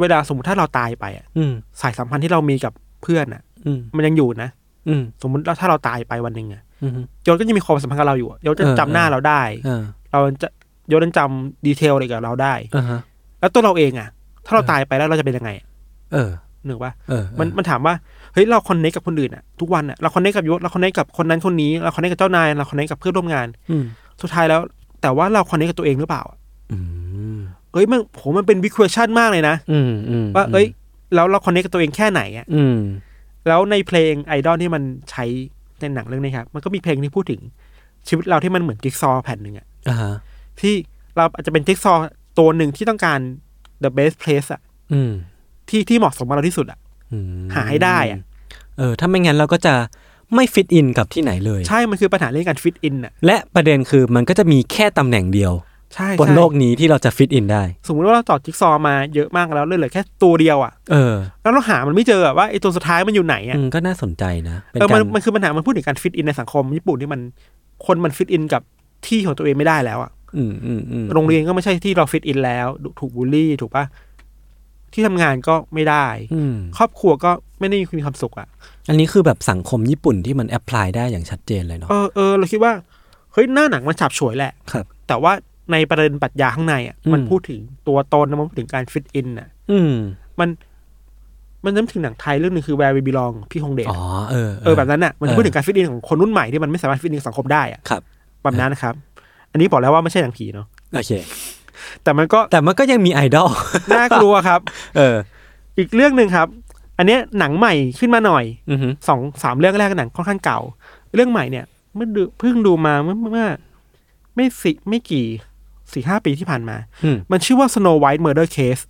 S3: เวลาสมมติถ้าเราตายไปอะ
S2: อืม
S3: สายสัมพันธ์ที่เรามีกับเพื่อนอะ
S2: อืม
S3: มันยังอยู่นะ
S2: อืม
S3: สมมติเราถ้าเราตายไปวันหนึ่งอะ
S2: อือหือ
S3: ยศก็ยังมีความสัมพันธ์กับเราอยู่อะยศจะ
S2: เออ
S3: จำหน้า
S2: เออ
S3: เราได้
S2: เออ
S3: เราจะยศจะจำดีเทลอะไรกับเราได้
S2: อ่าฮะ
S3: แล้วตัวเราเองอะถ้าเรา
S2: เออ
S3: ตายไปแล้วเราจะเป็นยังไงอะ
S2: เออ
S3: หนึ่งว่า
S2: เออ
S3: มันมันถามว่าเฮ้ยเราคอนเนคกับคนอื่นอะทุกวันอะเราคอนเนคกับยศเราคอนเนคกับคนนั้นคนนี้เราคอนเนคกับเจ้านายเราคอนเนคกับเพื่อนร่วมงาน
S2: อืม
S3: สุดท้ายแล้ว แต่ว่าเราคอนเนคกับตัวเองหรือเปล่าอะ
S2: อืม
S3: เอ้ยมันผมมันเป็นวิควชั่นมากเลยนะ
S2: อืมอืม
S3: ว่าเอ้ยแล้วเราคอนเนคกับตัวเองแค่ไหนอะ
S2: อืม
S3: แล้วในเพลงไอดอลที่มันใช้ในหนังเรื่องนี้ครับมันก็มีเพลงที่พูดถึงชีวิตเราที่มันเหมือนจิ๊กซอว์แผ่นหนึ่งอะ
S2: อ่าฮะ
S3: ที่เราอาจจะเป็นจิ๊กซอว์ตัวหนึ่งที่ต้องการ the best place อะ
S2: อืม
S3: ที่ที่เหมาะสมกับเราที่สุดอะ
S2: อืม
S3: หาให้ได้อะ
S2: เออ ถ้าไม่งั้นเราก็จะไม่ฟิตอินกับที่ไหนเลย
S3: ใช่มันคือปัญหาเรื่องการฟิตอินอะ
S2: และประเด็นคือมันก็จะมีแค่ตำแหน่งเดียว
S3: ใช่
S2: บน
S3: ใช่
S2: โลกนี้ที่เราจะฟิตอินได้
S3: สมมติว่าเราต่อจิ๊กซอว์มาเยอะมากแล้วเหลือแค่ตัวเดียวอะ
S2: เออ
S3: แล้วเราหามันไม่เจออะว่าไอตัวสุดท้ายมันอยู่ไหนอะ
S2: อืมก็น่าสนใจนะเป็น
S3: เออ
S2: กา
S3: มั
S2: น ร
S3: มันคือปัญหามันพูดถึงการฟิตอินในสังคมญี่ปุ่นที่มันคนมันฟิตอินกับที่ของตัวเองไม่ได้แล้วอะ
S2: อืมอืมอืม
S3: โรงเรียนก็ไม่ใช่ที่เราฟิตอินแล้วถูกบูลลี่ถูกปะที่ทำงานก็ไม่ได้
S2: อืม
S3: ครอบครัวก็ไม่ได้มีความสุขอะ
S2: อันนี้คือแบบสังคมญี่ปุ่นที่มันแอพพลายได้อย่างชัดเจนเลยเนาะ
S3: เออเออเราคิดว่าเฮ้ยหน้าหนังมันฉับฉวยแหละ
S2: ครับ
S3: แต่ว่าในประเด็นปรัชญาข้างในอ่ะ
S2: อืม
S3: มันพูดถึงตัวตนนะมันพูดถึงการฟิตอินอ่ะ
S2: อืม
S3: มันมันนึกถึงหนังไทยเรื่องหนึงคือ Where We Belong พี่ฮงเดช
S2: อ๋อเออ
S3: เออแบบนั้นอ่ะมัน
S2: เออ
S3: พูดถึงการฟิตอินของคนรุ่นใหม่ที่มันไม่สามารถฟิตอินกับสังคมได้อ่ะ
S2: ครับ
S3: แบบนั้นนะครับ อันนี้บอกแล้วว่าไม่ใช่หนังผีเนาะ
S2: โอเค
S3: แต่มันก็
S2: แต่มันก็ยังมีไอดอล [laughs]
S3: น่ากลัวครับ
S2: เออ
S3: อีกเรื่องหนึ่งครับ อันเนี้ยหนังใหม่ขึ้นมาหน่อย
S2: อือฮึ
S3: สองสามเรื่องแรกหนังค่อนข้างเก่า เรื่องใหม่เนี่ยเมื่อดูเพิ่งดูมาเมื่อเมื่อไม่สิไม่กี่สี่ห้าปีที่ผ่านมา
S2: อืม
S3: มันชื่อว่า Snow White Murder Case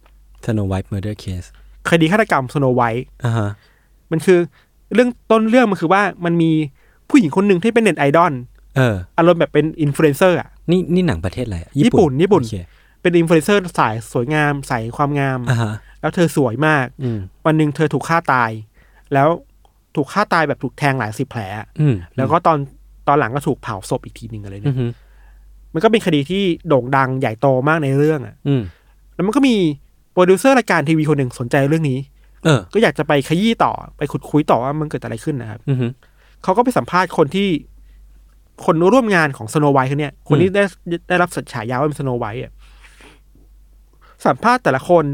S2: ธนวัฒน์ murder case
S3: คดีฆาตกรรม Snow White
S2: อ่าฮะ
S3: มันคือเรื่องต้นเรื่องมันคือว่ามันมีผู้หญิงคนหนึ่งที่เป็นเน็ตไอดอล
S2: เออ
S3: อารมณ์แบบเป็นอินฟลูเอนเซอร์อ่ะ
S2: นี่นี่หนังประเทศอะไรอะ
S3: ญี่ปุ่น
S2: โอเค
S3: เป็นอินฟลูเอนเซอร์สายสวยงามสายความงาม
S2: อ่าฮะ
S3: แล้วเธอสวยมาก
S2: อืม
S3: วันหนึ่งเธอถูกฆ่าตาย แล้วถูกฆ่าตายแบบถูกแทงหลายสิบแผล
S2: อืม
S3: แล้วก็ตอนตอนหลังก็ถูกเผาศพอีกทีหนึ่งอะไร
S2: อื
S3: เนี่
S2: ม
S3: ยมันก็เป็นคดีที่โด่งดังใหญ่โตมากในเรื่องอ่ะ
S2: อืม
S3: แล้วมันก็มีโปรดิวเซอร์รายการทีวีคนหนึ่งสนใจเรื่องนี้
S2: เออ
S3: ก็อยากจะไปขยี้ต่อไปขุดคุยต่อว่ามันเกิดอะไรขึ้นนะครับ
S2: อืม
S3: เขาก็ไปสัมภาษณ์คนที่คนร่วมงานของสโนไวท์คนเนี้ยคนที่ได้ได้รับฉายาว่าเป็นสโนไวท์อ่ะสัมภาษณ์แต่ละคน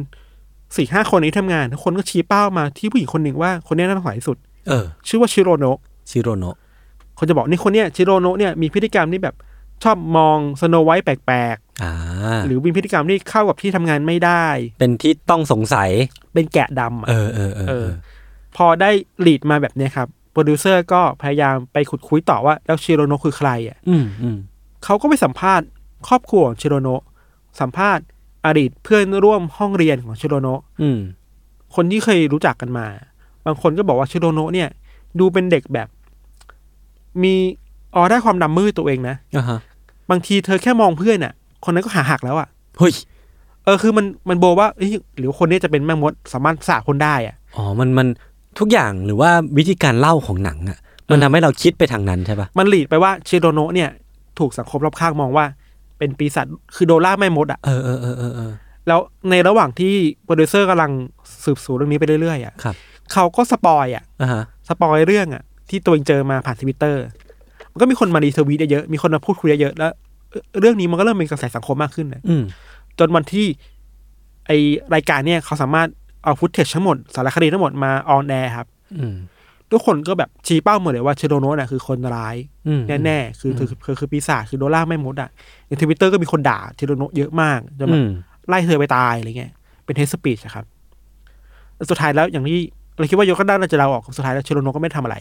S3: สี่ห้าคนนี้ทำงานทุกคนก็ชี้เป้ามาที่ผู้หญิงคนหนึ่งว่าคนเนี้ยน่าสงสัยที่สุด
S2: เออ
S3: ชื่อว่าชิโรโนะ
S2: ชิโรโนะ
S3: เขาจะบอกนี่คนเนี้ยชิโรโนะเนี่ยมีพฤติกรรมที่แบบชอบมองสโนไวท์แปลก
S2: อ่า
S3: ๆ หรือมีพฤติกรรมที่เข้ากับที่ทำงานไม่ได้
S2: เป็นที่ต้องสงสัย
S3: เป็นแกะดำอะ
S2: เออเออเออ
S3: เอ
S2: เอ
S3: อ
S2: อ
S3: พอได้ลีดมาแบบเนี้ยครับ โปรดิวเซอร์ก็พยายามไปขุดคุยต่อว่า แล้วชิโรโนะคือใครอ่ะ
S2: อืมอืม
S3: เขาก็ไปสัมภาษณ์ครอบครัวของชิโรโนะสัมภาษณ์อดีตเพื่อนร่วมห้องเรียนของชิโรโนะ
S2: อืม
S3: คนที่เคยรู้จักกันมา บางคนก็บอกว่าชิโรโนะเนี่ย ดูเป็นเด็กแบบ มีออได้ความดำมืดตัวเองนะ
S2: อ่าฮะ
S3: บางทีเธอแค่มองเพื่อนอ่ะ คนนั้นก็หาหักแล้วอ่ะ
S2: เฮ้ย
S3: เออคือมันมันโบว่าเอ้ยหรือคนเนี้จะเป็นแม่มดสามารถสาคนได้อ่ะ
S2: อ๋อมันมันทุกอย่างหรือว่าวิธีการเล่าของหนังอ่ะ มันทำให้เราคิดไปทางนั้นใช่ปะ
S3: มันหลีดไปว่าชิโรโนะเนี่ย ถูกสังคมรอบข้างมองว่า เป็นปีศาจคือโดล่าแม่มดอ่ะ
S2: เออเออเออเออเออ
S3: แล้วในระหว่างที่โปรดิวเซอร์กำลังสืบสวนเรื่องนี้ไปเรื่อยๆอ่ะ
S2: ครับ
S3: เขาก็สปอยอ่ะ
S2: อ่าฮะ
S3: สปอยเรื่องอะที่ตัวเองเจอมาผ่านทวิตเตอร์มันก็มีคนมารีทวีตเยอะๆมีคนมาพูดคุยเยอะๆแล้วเอ่อเรื่องนี้มันก็เริ่มเป็นกระแสสังคมมากขึ้นนะ
S2: อืม
S3: จนวันที่ ไอรายการเนี่ยเขาสามารถเอาฟุตเทจทั้งหมด สารคดีทั้งหมดมาออนแอร์ครับ
S2: อืม
S3: ทุกคนก็แบบชี้เป้าหมดเลยว่าเชโดโนะน่ะคือคนร้าย
S2: อืม
S3: แน่ๆคือคือคือคือคือปีศาจคือโดล่าไม่มดอ่ะในทวิตเตอร์ก็มีคนด่าเชโดโนะเยอะมากจนแบ
S2: อื
S3: บ
S2: ม
S3: ไล่เธอไปตายอะไรเงี้ยเป็นเทสปีชครับแล้วสุดท้ายแล้วอย่างที่เราคิดว่าโยกก็ได้น่าจะลาออกสุดท้ายแล้วเชโดโนะก็ไม่ทำอะไร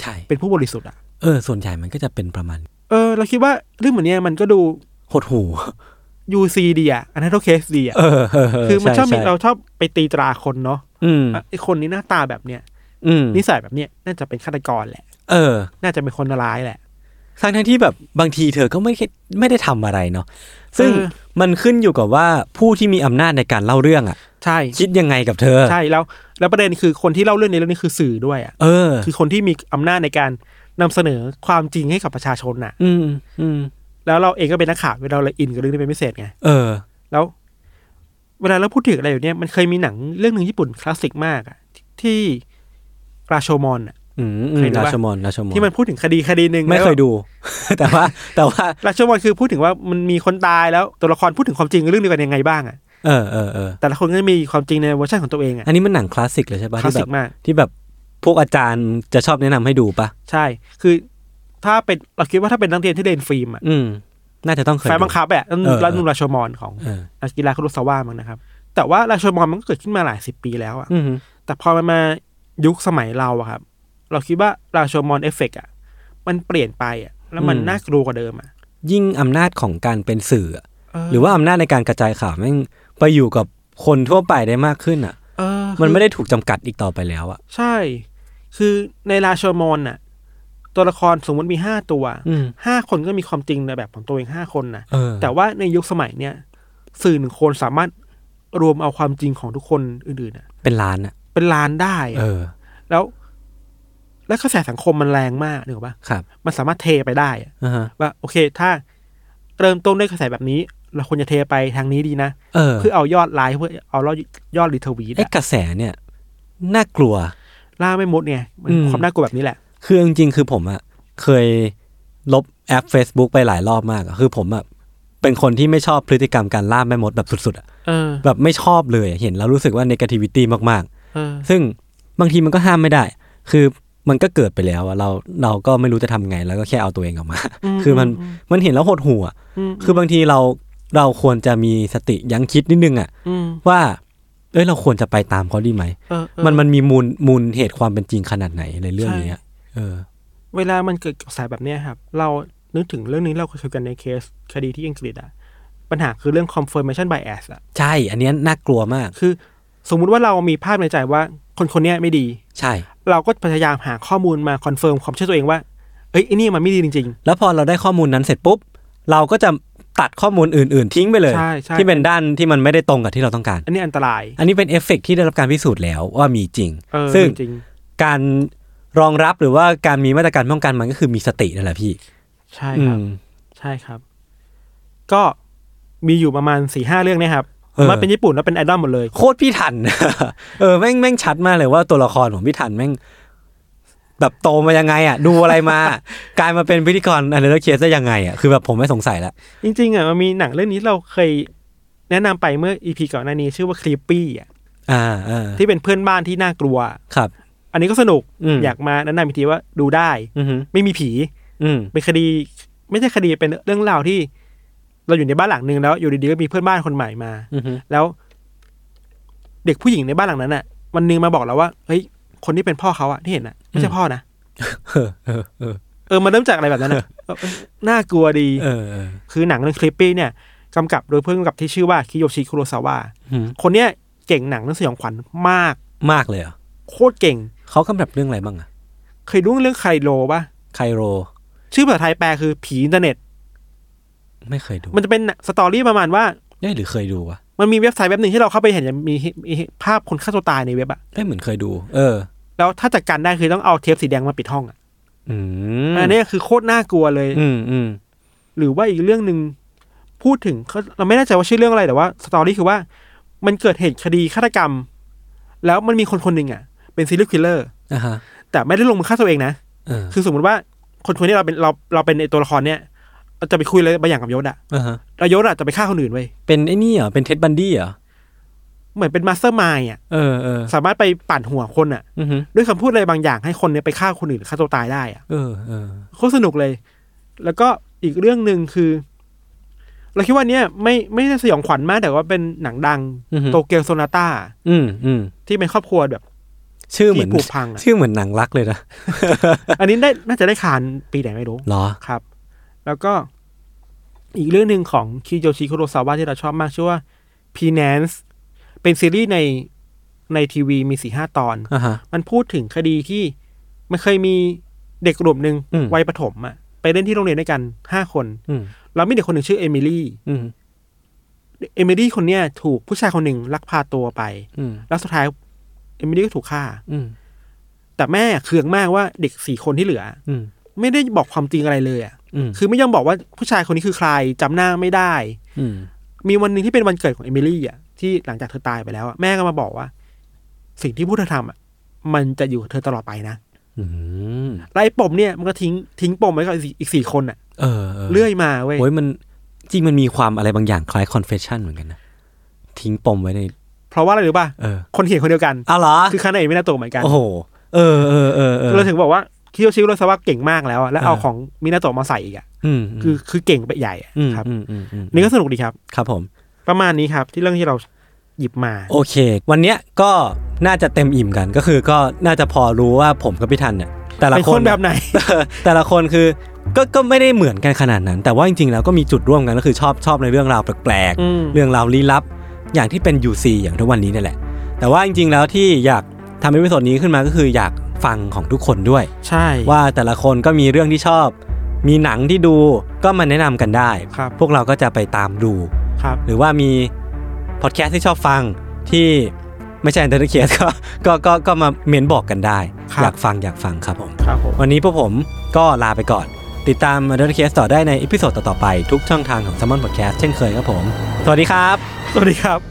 S2: ใช่
S3: เป็นผู้บริสุทธิ์อะ
S2: เออ ส่วนใหญ่มันก็จะเป็นประมาณ
S3: เออเราคิดว่าเรื่องเหมือนเนี้ยมันก็ดู
S2: หดหู
S3: UC ดีอ่ะอันนั้นโอเคดีอ่ะ
S2: เออเออเ
S3: คือมันชอบมี
S2: ใใ
S3: เราชอบไปตีตราคนเนาะ
S2: อืม
S3: อ่ะไอคนนี้หน้าตาแบบเนี้ย
S2: อืม
S3: นิสัยแบบเนี้ยน่าจะเป็นฆาตกรแหละ
S2: เออ
S3: น่าจะเป็นคนร้ายแหละ
S2: ทั้งทั้งที่แบบบางทีเธอก็ไม่ได้ไม่ได้ทำอะไรเนาะซึ่ง
S3: เออ
S2: มันขึ้นอยู่กับว่าผู้ที่มีอำนาจในการเล่าเรื่องอ่ะ
S3: ใช่
S2: คิดยังไงกับเธอ
S3: ใช่แล้ว แล้วประเด็นคือคนที่เล่าเรื่องในเรื่องนี้คือสื่อด้วยอ่ะ
S2: เออ
S3: คือคนที่มีอำนาจในการนำเสนอความจริงให้กับประชาชนน่ะ
S2: อืมอืม
S3: แล้วเราเองก็เป็นนักข่าวเวลาเราอินกับเรื่องนี้เป็นพิเศษไง
S2: เออ
S3: แล้ว เวลาเราพูดถึงอะไรอยู่เนี้ยมันเคยมีหนังเรื่องหนึ่งญี่ปุ่นคลาสสิกมากอ่ะที่ราโชมอนอ่ะ
S2: อืมอืม
S3: เคยดูปะ
S2: ราชมอนราชมอน
S3: ที่มันพูดถึงคดีคดีหนึ่ง
S2: ไม่
S3: แล้ว
S2: เคยดู [laughs] แต่ว่า แต่ว่า
S3: ราชวงศ์คือพูดถึงว่ามันมีคนตายแล้วตัวละครพูดถึงความจริงเรื่องเดียวกันยังไงบ้างอะ
S2: เออเออเออ
S3: แต่ละคนก็จะมีความจริงในเวอร์ชันของตัวเองอะ
S2: อันนี้มันหนังคลาสสิกเลยใช่ปะ
S3: คลาส
S2: ที่แบ
S3: สิ
S2: บ
S3: กมาก
S2: ที่แบบพวกอาจารย์จะชอบแนะนำให้ดูปะ
S3: ใช่ คือถ้าเป็นเราคิดว่าถ้าเป็นนักเรียนที่เรียนฟิล์มอะ
S2: อืม น่าจะต้องเคย
S3: ไฟ
S2: ดู
S3: บังคับอะนั่น
S2: เออ
S3: รัฐนุนราชมอนของ
S2: เออ
S3: อากิระคุโรซาวะมั้งนะครับ แต่ว่าราชมอนมันก็เกิดขึ้นมาหลายสิบปีแล้วอะ
S2: อืม
S3: แต่พอมันมายุคสมัยเราอะครับ เราคิดว่าราชมอนเอฟเฟกต์อะมันเปลี่ยนไปอะแล้วมันน่ากลัวกว่าเดิมอะ
S2: ยิ่งอำนาจของการเป็นสื่ออะ
S3: เออ
S2: หรือว่าอำนาจในการกระจายข่าวแม่งไปอยู่กับคนทั่วไปได้มากขึ้นอ่ะ
S3: เออคือ
S2: มันไม่ได้ถูกจำกัดอีกต่อไปแล้วอ่ะ
S3: ใช่ คือในราชมอนน่ะ ตัวละครสมมติมีห้าตัว
S2: อืม
S3: ห้าคนก็มีความจริงในแบบของตัวเองห้าคนนะ
S2: เออ
S3: แต่ว่าในยุคสมัยเนี้ยสื่อหนึ่งคนสามารถรวมเอาความจริงของทุกคนอื่นๆน่ะ
S2: เป็นล้านอ่ะ
S3: เป็นล้านได้
S2: เอ
S3: อะ
S2: อ
S3: แล้ว และกระแสสังคมมันแรงมากนึกออกปะ
S2: ครับ
S3: มันสามารถเทไปได้อะ
S2: อ่าฮะ
S3: ว่าโอเค ถ้าเริ่มต้นด้วยกระแสแบบนี้ เราควรจะเทไปทางนี้ดีนะ
S2: เออ
S3: เพื่อเอายอดไลค์เพื่อเอายอดรีทวีต
S2: ไอ้กระแสเนี่ย น่ากลัว
S3: ล่าไม่มดไงมัน
S2: อืม
S3: ความน่ากลัวแบบนี้แหละ
S2: คือจริงๆ คือผมอ่ะ เคยลบแอป Facebook ไปหลายรอบมากอะคือผมอ่ะ เป็นคนที่ไม่ชอบพฤติกรรมการล่าแม่มดแบบสุดๆอ่ะ
S3: เออ
S2: แบบไม่ชอบเลยอะเห็นแล้วรู้สึกว่าเนกาทิวิตี้มาก
S3: เออ
S2: ๆ ซึ่งบางทีมันก็ห้ามไม่ได้ คือมันก็เกิดไปแล้วอะเราเราก็ไม่รู้จะทำไง แล้วก็แค่เอาตัวเองออกมา คือมันมันเห็นแล้วหดหูอ่ะ
S3: อืม
S2: คือบางทีเราเราควรจะมีสติยั้งคิดนิดนึงอ่ะ
S3: อืม
S2: ว่า เอ้ยเราควรจะไปตามเขาดีไหม
S3: เออเออ
S2: มันมันมีมูลมูลเหตุความเป็นจริงขนาดไหนในเรื่องนี้อะเออ
S3: เวลามันเกิดกับสายแบบเนี้ยครับ เรานึกถึงเรื่องนี้เราเคยคุยกันในเคสคดีที่อังกฤษอะปัญหาคือเรื่อง confirmation bias อะ
S2: ใช่ อันเนี้ยน่ากลัวมาก
S3: คือสมมุติว่าเรามีภาพในใจว่าคนคนเนี้ยไม่ดี
S2: ใช่
S3: เราก็พยายามหาข้อมูลมาคอนเฟิร์มความเชื่อตัวเองว่า เอ้ยไอ้นี่มันไม่ดีจริง
S2: แล้วพอเราได้ข้อมูลนั้นเสร็จปุ๊บ เราก็จะตัดข้อมูลอื่น ๆ ทิ้งไปเลย
S3: ใช่ใช่
S2: ที่เป็นด้านที่มันไม่ได้ตรงกับที่เราต้องการ
S3: ๆ อันนี้อันตราย
S2: อันนี้เป็นเอฟเฟกต์ที่ได้รับการพิสูจน์แล้วว่ามีจริง
S3: เออ
S2: ซึ่ง
S3: จริง
S2: การรองรับหรือว่าการมีมาตรการป้องกันมันก็คือมีสตินั่นแหละพี่
S3: ๆใช่
S2: อื
S3: ครับ
S2: ม
S3: ใช่ครับ ก็มีอยู่ประมาณสี่ห้าเรื่องเนะครับ
S2: เออ
S3: มันเป็นญี่ปุ่นแล้วเป็นไอดอลหมดเลย
S2: โคตรพี่ทัน [laughs] เออแม่งแม่งชัดมากเลยว่าตัวละครของพี่ทันแม่ง แบบโตมายังไงอ่ะ ดูอะไรมา กลายมาเป็นพิธีกรอันเดอร์เคสได้ยังไงอ่ะคือแบบผมไม่สงสัยละ
S3: จริงๆอ่ะมันมีหนังเรื่องนี้เราเคยแนะนำไปเมื่ออีพีก่อนหน้านี้ชื่อว่าคลีปปี้อ่ะ
S2: อ่าอ่า
S3: ที่เป็นเพื่อนบ้านที่น่ากลัว
S2: ครับ
S3: อันนี้ก็สนุก
S2: อืม
S3: อยากมาแนะนำอีกทีว่าดูได้
S2: อือหือ
S3: ไม่มีผี
S2: อืม
S3: เป็นคดี ไม่ใช่คดี เป็นเรื่องราวที่ เราอยู่ในบ้านหลังหนึ่งแล้ว อยู่ดีๆก็มีเพื่อนบ้านคนใหม่มา
S2: อือหือ
S3: แล้ว เด็กผู้หญิงในบ้านหลังนั้นน่ะ วันหนึงมาบอกเราว่า เฮ้ย คนที่เป็นพ่อเขาอะที่เห็นน่ะ ไม่ใช่พ่อนะ เออ มันเริ่มจากอะไรแบบนั้นอะ เออน่ากลัวดี
S2: เออเออ
S3: คือหนังเรื่องคลิปปี้เนี่ยกำกับโดยผู้กำกับที่ชื่อว่าคิโยชิคุโรซาวะ
S2: อืม
S3: คนเนี้ยเก่งหนังเรื่องสยองขวัญมาก
S2: มากเลยเหรอ
S3: โคตรเก่ง
S2: เขากำกับเรื่องอะไรบ้างอะ
S3: เคยดูเรื่องไคโลปะ
S2: ไคโร
S3: ชื่อภาษาไทยแปลคือผีอินเทอร์เน็ต
S2: ไม่เคยดู
S3: มันจะเป็นสตอรี่ประมาณว่า
S2: เอ้ยหรือเคยดูวะ
S3: มันมีเว็บไซต์เว็บหนึ่งที่เราเข้าไปเห็นจะมีมีภาพคนฆ่าตัวตายในเว็บอะ
S2: เอ้ยเหมือนเคยดู เออ
S3: แล้วถ้าจัดการได้คือต้องเอาเทปสีแดงมาปิดห้องอะ
S2: อืม
S3: อันเนี้ยคือโคตรน่ากลัวเลย
S2: อืมอืม
S3: หรือว่าอีกเรื่องหนึ่งพูดถึงเขาเราไม่แน่ใจว่าชื่อเรื่องอะไรแต่ว่าสตอรี่คือว่า มันเกิดเหตุคดีฆาตกรรม แล้วมันมีคนคนหนึ่งอะเป็นซีรีส์คิลเลอร์
S2: อ่ะฮะ
S3: แต่ไม่ได้ลงมือฆ่าตัวเองนะ
S2: เออ
S3: คือสมมติว่าคนคนนี้เราเป็นเราเราเป็นไอ้ตัวละครเนี่ยเราจะไปคุยอะไรบางอย่างกับยศอะ
S2: อ่ะฮะ
S3: แล้วยศอะจะไปฆ่าคนอื่นเว้ย
S2: เป็นไอ้นี่เหรอเป็นเท็ดบันดี้เหรอ
S3: เหมือนเป็นมาสเตอร์มายอะ
S2: เออเออ
S3: สามารถไปปั่นหัวคนอะ
S2: อือฮึ
S3: ด้วยคำพูดอะไรบางอย่างให้คนเนี่ยไปฆ่าคนอื่นหรือฆ่าตัวตายได้อะ
S2: เออเออ
S3: โคตรสนุกเลย แล้วก็อีกเรื่องหนึ่งคือ เราคิดว่าเนี่ยไม่ไม่ได้สยองขวัญมากแต่ว่าเป็นหนังดัง
S2: อือฮึ
S3: โตเกียวโซนาต้า
S2: อืมอืม
S3: ที่เป็นครอบครัวแบบ
S2: ชื่อเหมือ
S3: ที่
S2: น
S3: ผูกพังอะ
S2: ชื่อเหมือนหนังรักเลยนะ
S3: อันนี้ได้น่าจะได้คานปีไหนไม่รู้
S2: เหรอ
S3: ครับ แล้วก็อีกเรื่องหนึ่งของคิโยชิคุโรซาวะที่เราชอบมากชื่อว่า p e n a n c e เป็นซีรีส์ในในทีวีมีสี่ห้าตอน
S2: อ่าฮะ
S3: มันพูดถึงคดีที่มันเคยมีเด็กกลุ่มหนึ่ง
S2: อืม
S3: วัยประถมอะไปเล่นที่โรงเรียนด้วยกันห้าคน
S2: อืม
S3: เรามีเด็กคนหนึ่งชื่อเอมิลี่
S2: อืม
S3: เอมิลี่คนเนี้ยถูกผู้ชายคนหนึ่งลักพาตัวไป
S2: อืม
S3: แล้วสุดท้ายเอมิลี่ก็ถูกฆ่า
S2: อืม
S3: แต่แม่เคืองมากว่าเด็กสี่คนที่เหลือ
S2: อืม
S3: ไม่ได้บอกความจริงอะไรเลยอ่ะ
S2: อืม
S3: คือไม่ยอมบอกว่าผู้ชายคนนี้คือใครจำหน้าไม่ได้
S2: อืม
S3: มีวันหนึ่งที่เป็นวันเกิดของเอมิลี่อ่ะที่หลังจากเธอตายไปแล้วอะแม่ก็มาบอกว่า สิ่งที่พูดเธอทำอ่ะมันจะอยู่กับเธอตลอดไปนะ
S2: อืม
S3: แล้วไอ้ปมเนี่ยมันก็ทิ้งทิ้งปมไว้กับอีกสี่คนอ่ะ
S2: เออเออ
S3: เลื่อยมาเว้ย
S2: โอ้ยมันจริงมันมีความอะไรบางอย่างคล้ายคอนเฟชชั่นเหมือนกันนะ ทิ้งปมไว้ใน
S3: เพราะว่าอะไรรู้ป่ะ
S2: เออ
S3: คนเขียนคนเดียวกัน
S2: อ้าวเหรอ
S3: คือคานาเอะมินาโตะเหมือนกัน
S2: โอ้โห เออเออเออเออ
S3: เราถึงบอกว่าคิโยชิโรซาวะเก่งมากแล้วอะแล้วเอา
S2: เออ
S3: ของมินาโตะมาใส่อีกอะ
S2: อืมม
S3: คือคือเก่งไปใหญ่อะ
S2: อืม
S3: ครับ
S2: อืมอืมอืม
S3: นี่ก็สนุกดีครับ
S2: ครับผม
S3: ประมาณนี้ครับ ที่เรื่องที่เราหยิบมา
S2: โอเค วันเนี้ยก็น่าจะเต็มอิ่มกันก็คือก็น่าจะพอรู้ว่าผมกับพี่ทันเนี่ย แต่ละ
S3: เป็น
S2: ค
S3: คน
S2: น
S3: แบบไหน
S2: [laughs] แต่ละคนคือก็ก็ไม่ได้เหมือนกันขนาดนั้น แต่ว่าจริงๆแล้วก็มีจุดร่วมกันก็คือชอบชอบในเรื่องราวแปลก
S3: อืม
S2: ๆ เรื่องราวลี้ลับ อย่างที่เป็น UC อย่างทุกวันนี้นี่แหละ แต่ว่าจริงๆแล้วที่อยากทำเอพิโซดนี้ขึ้นมาก็คืออยากฟังของทุกคนด้วย
S3: ใช่
S2: ว่าแต่ละคนก็มีเรื่องที่ชอบ มีหนังที่ดูก็มาแนะนำกันได้
S3: ครับ
S2: พวกเราก็จะไปตามดู
S3: ครับ
S2: หรือว่ามีพอดแคสต์ที่ชอบฟังที่ไม่ใช่ Entertainment Case ก็ก็ก็ก็มาเมนบอกกันได้
S3: ครับ
S2: อยากฟังอยากฟังครับผม
S3: ครับผม
S2: วันนี้พวกผมก็ลาไปก่อน ติดตาม Entertainment Case ต่อได้ในอีพิโซดต่อ ๆ ไป ทุกช่องทางของ s ซ m o n Podcast เช่นเคยครับผม สวัสดีครับ
S3: สวัสดีครับ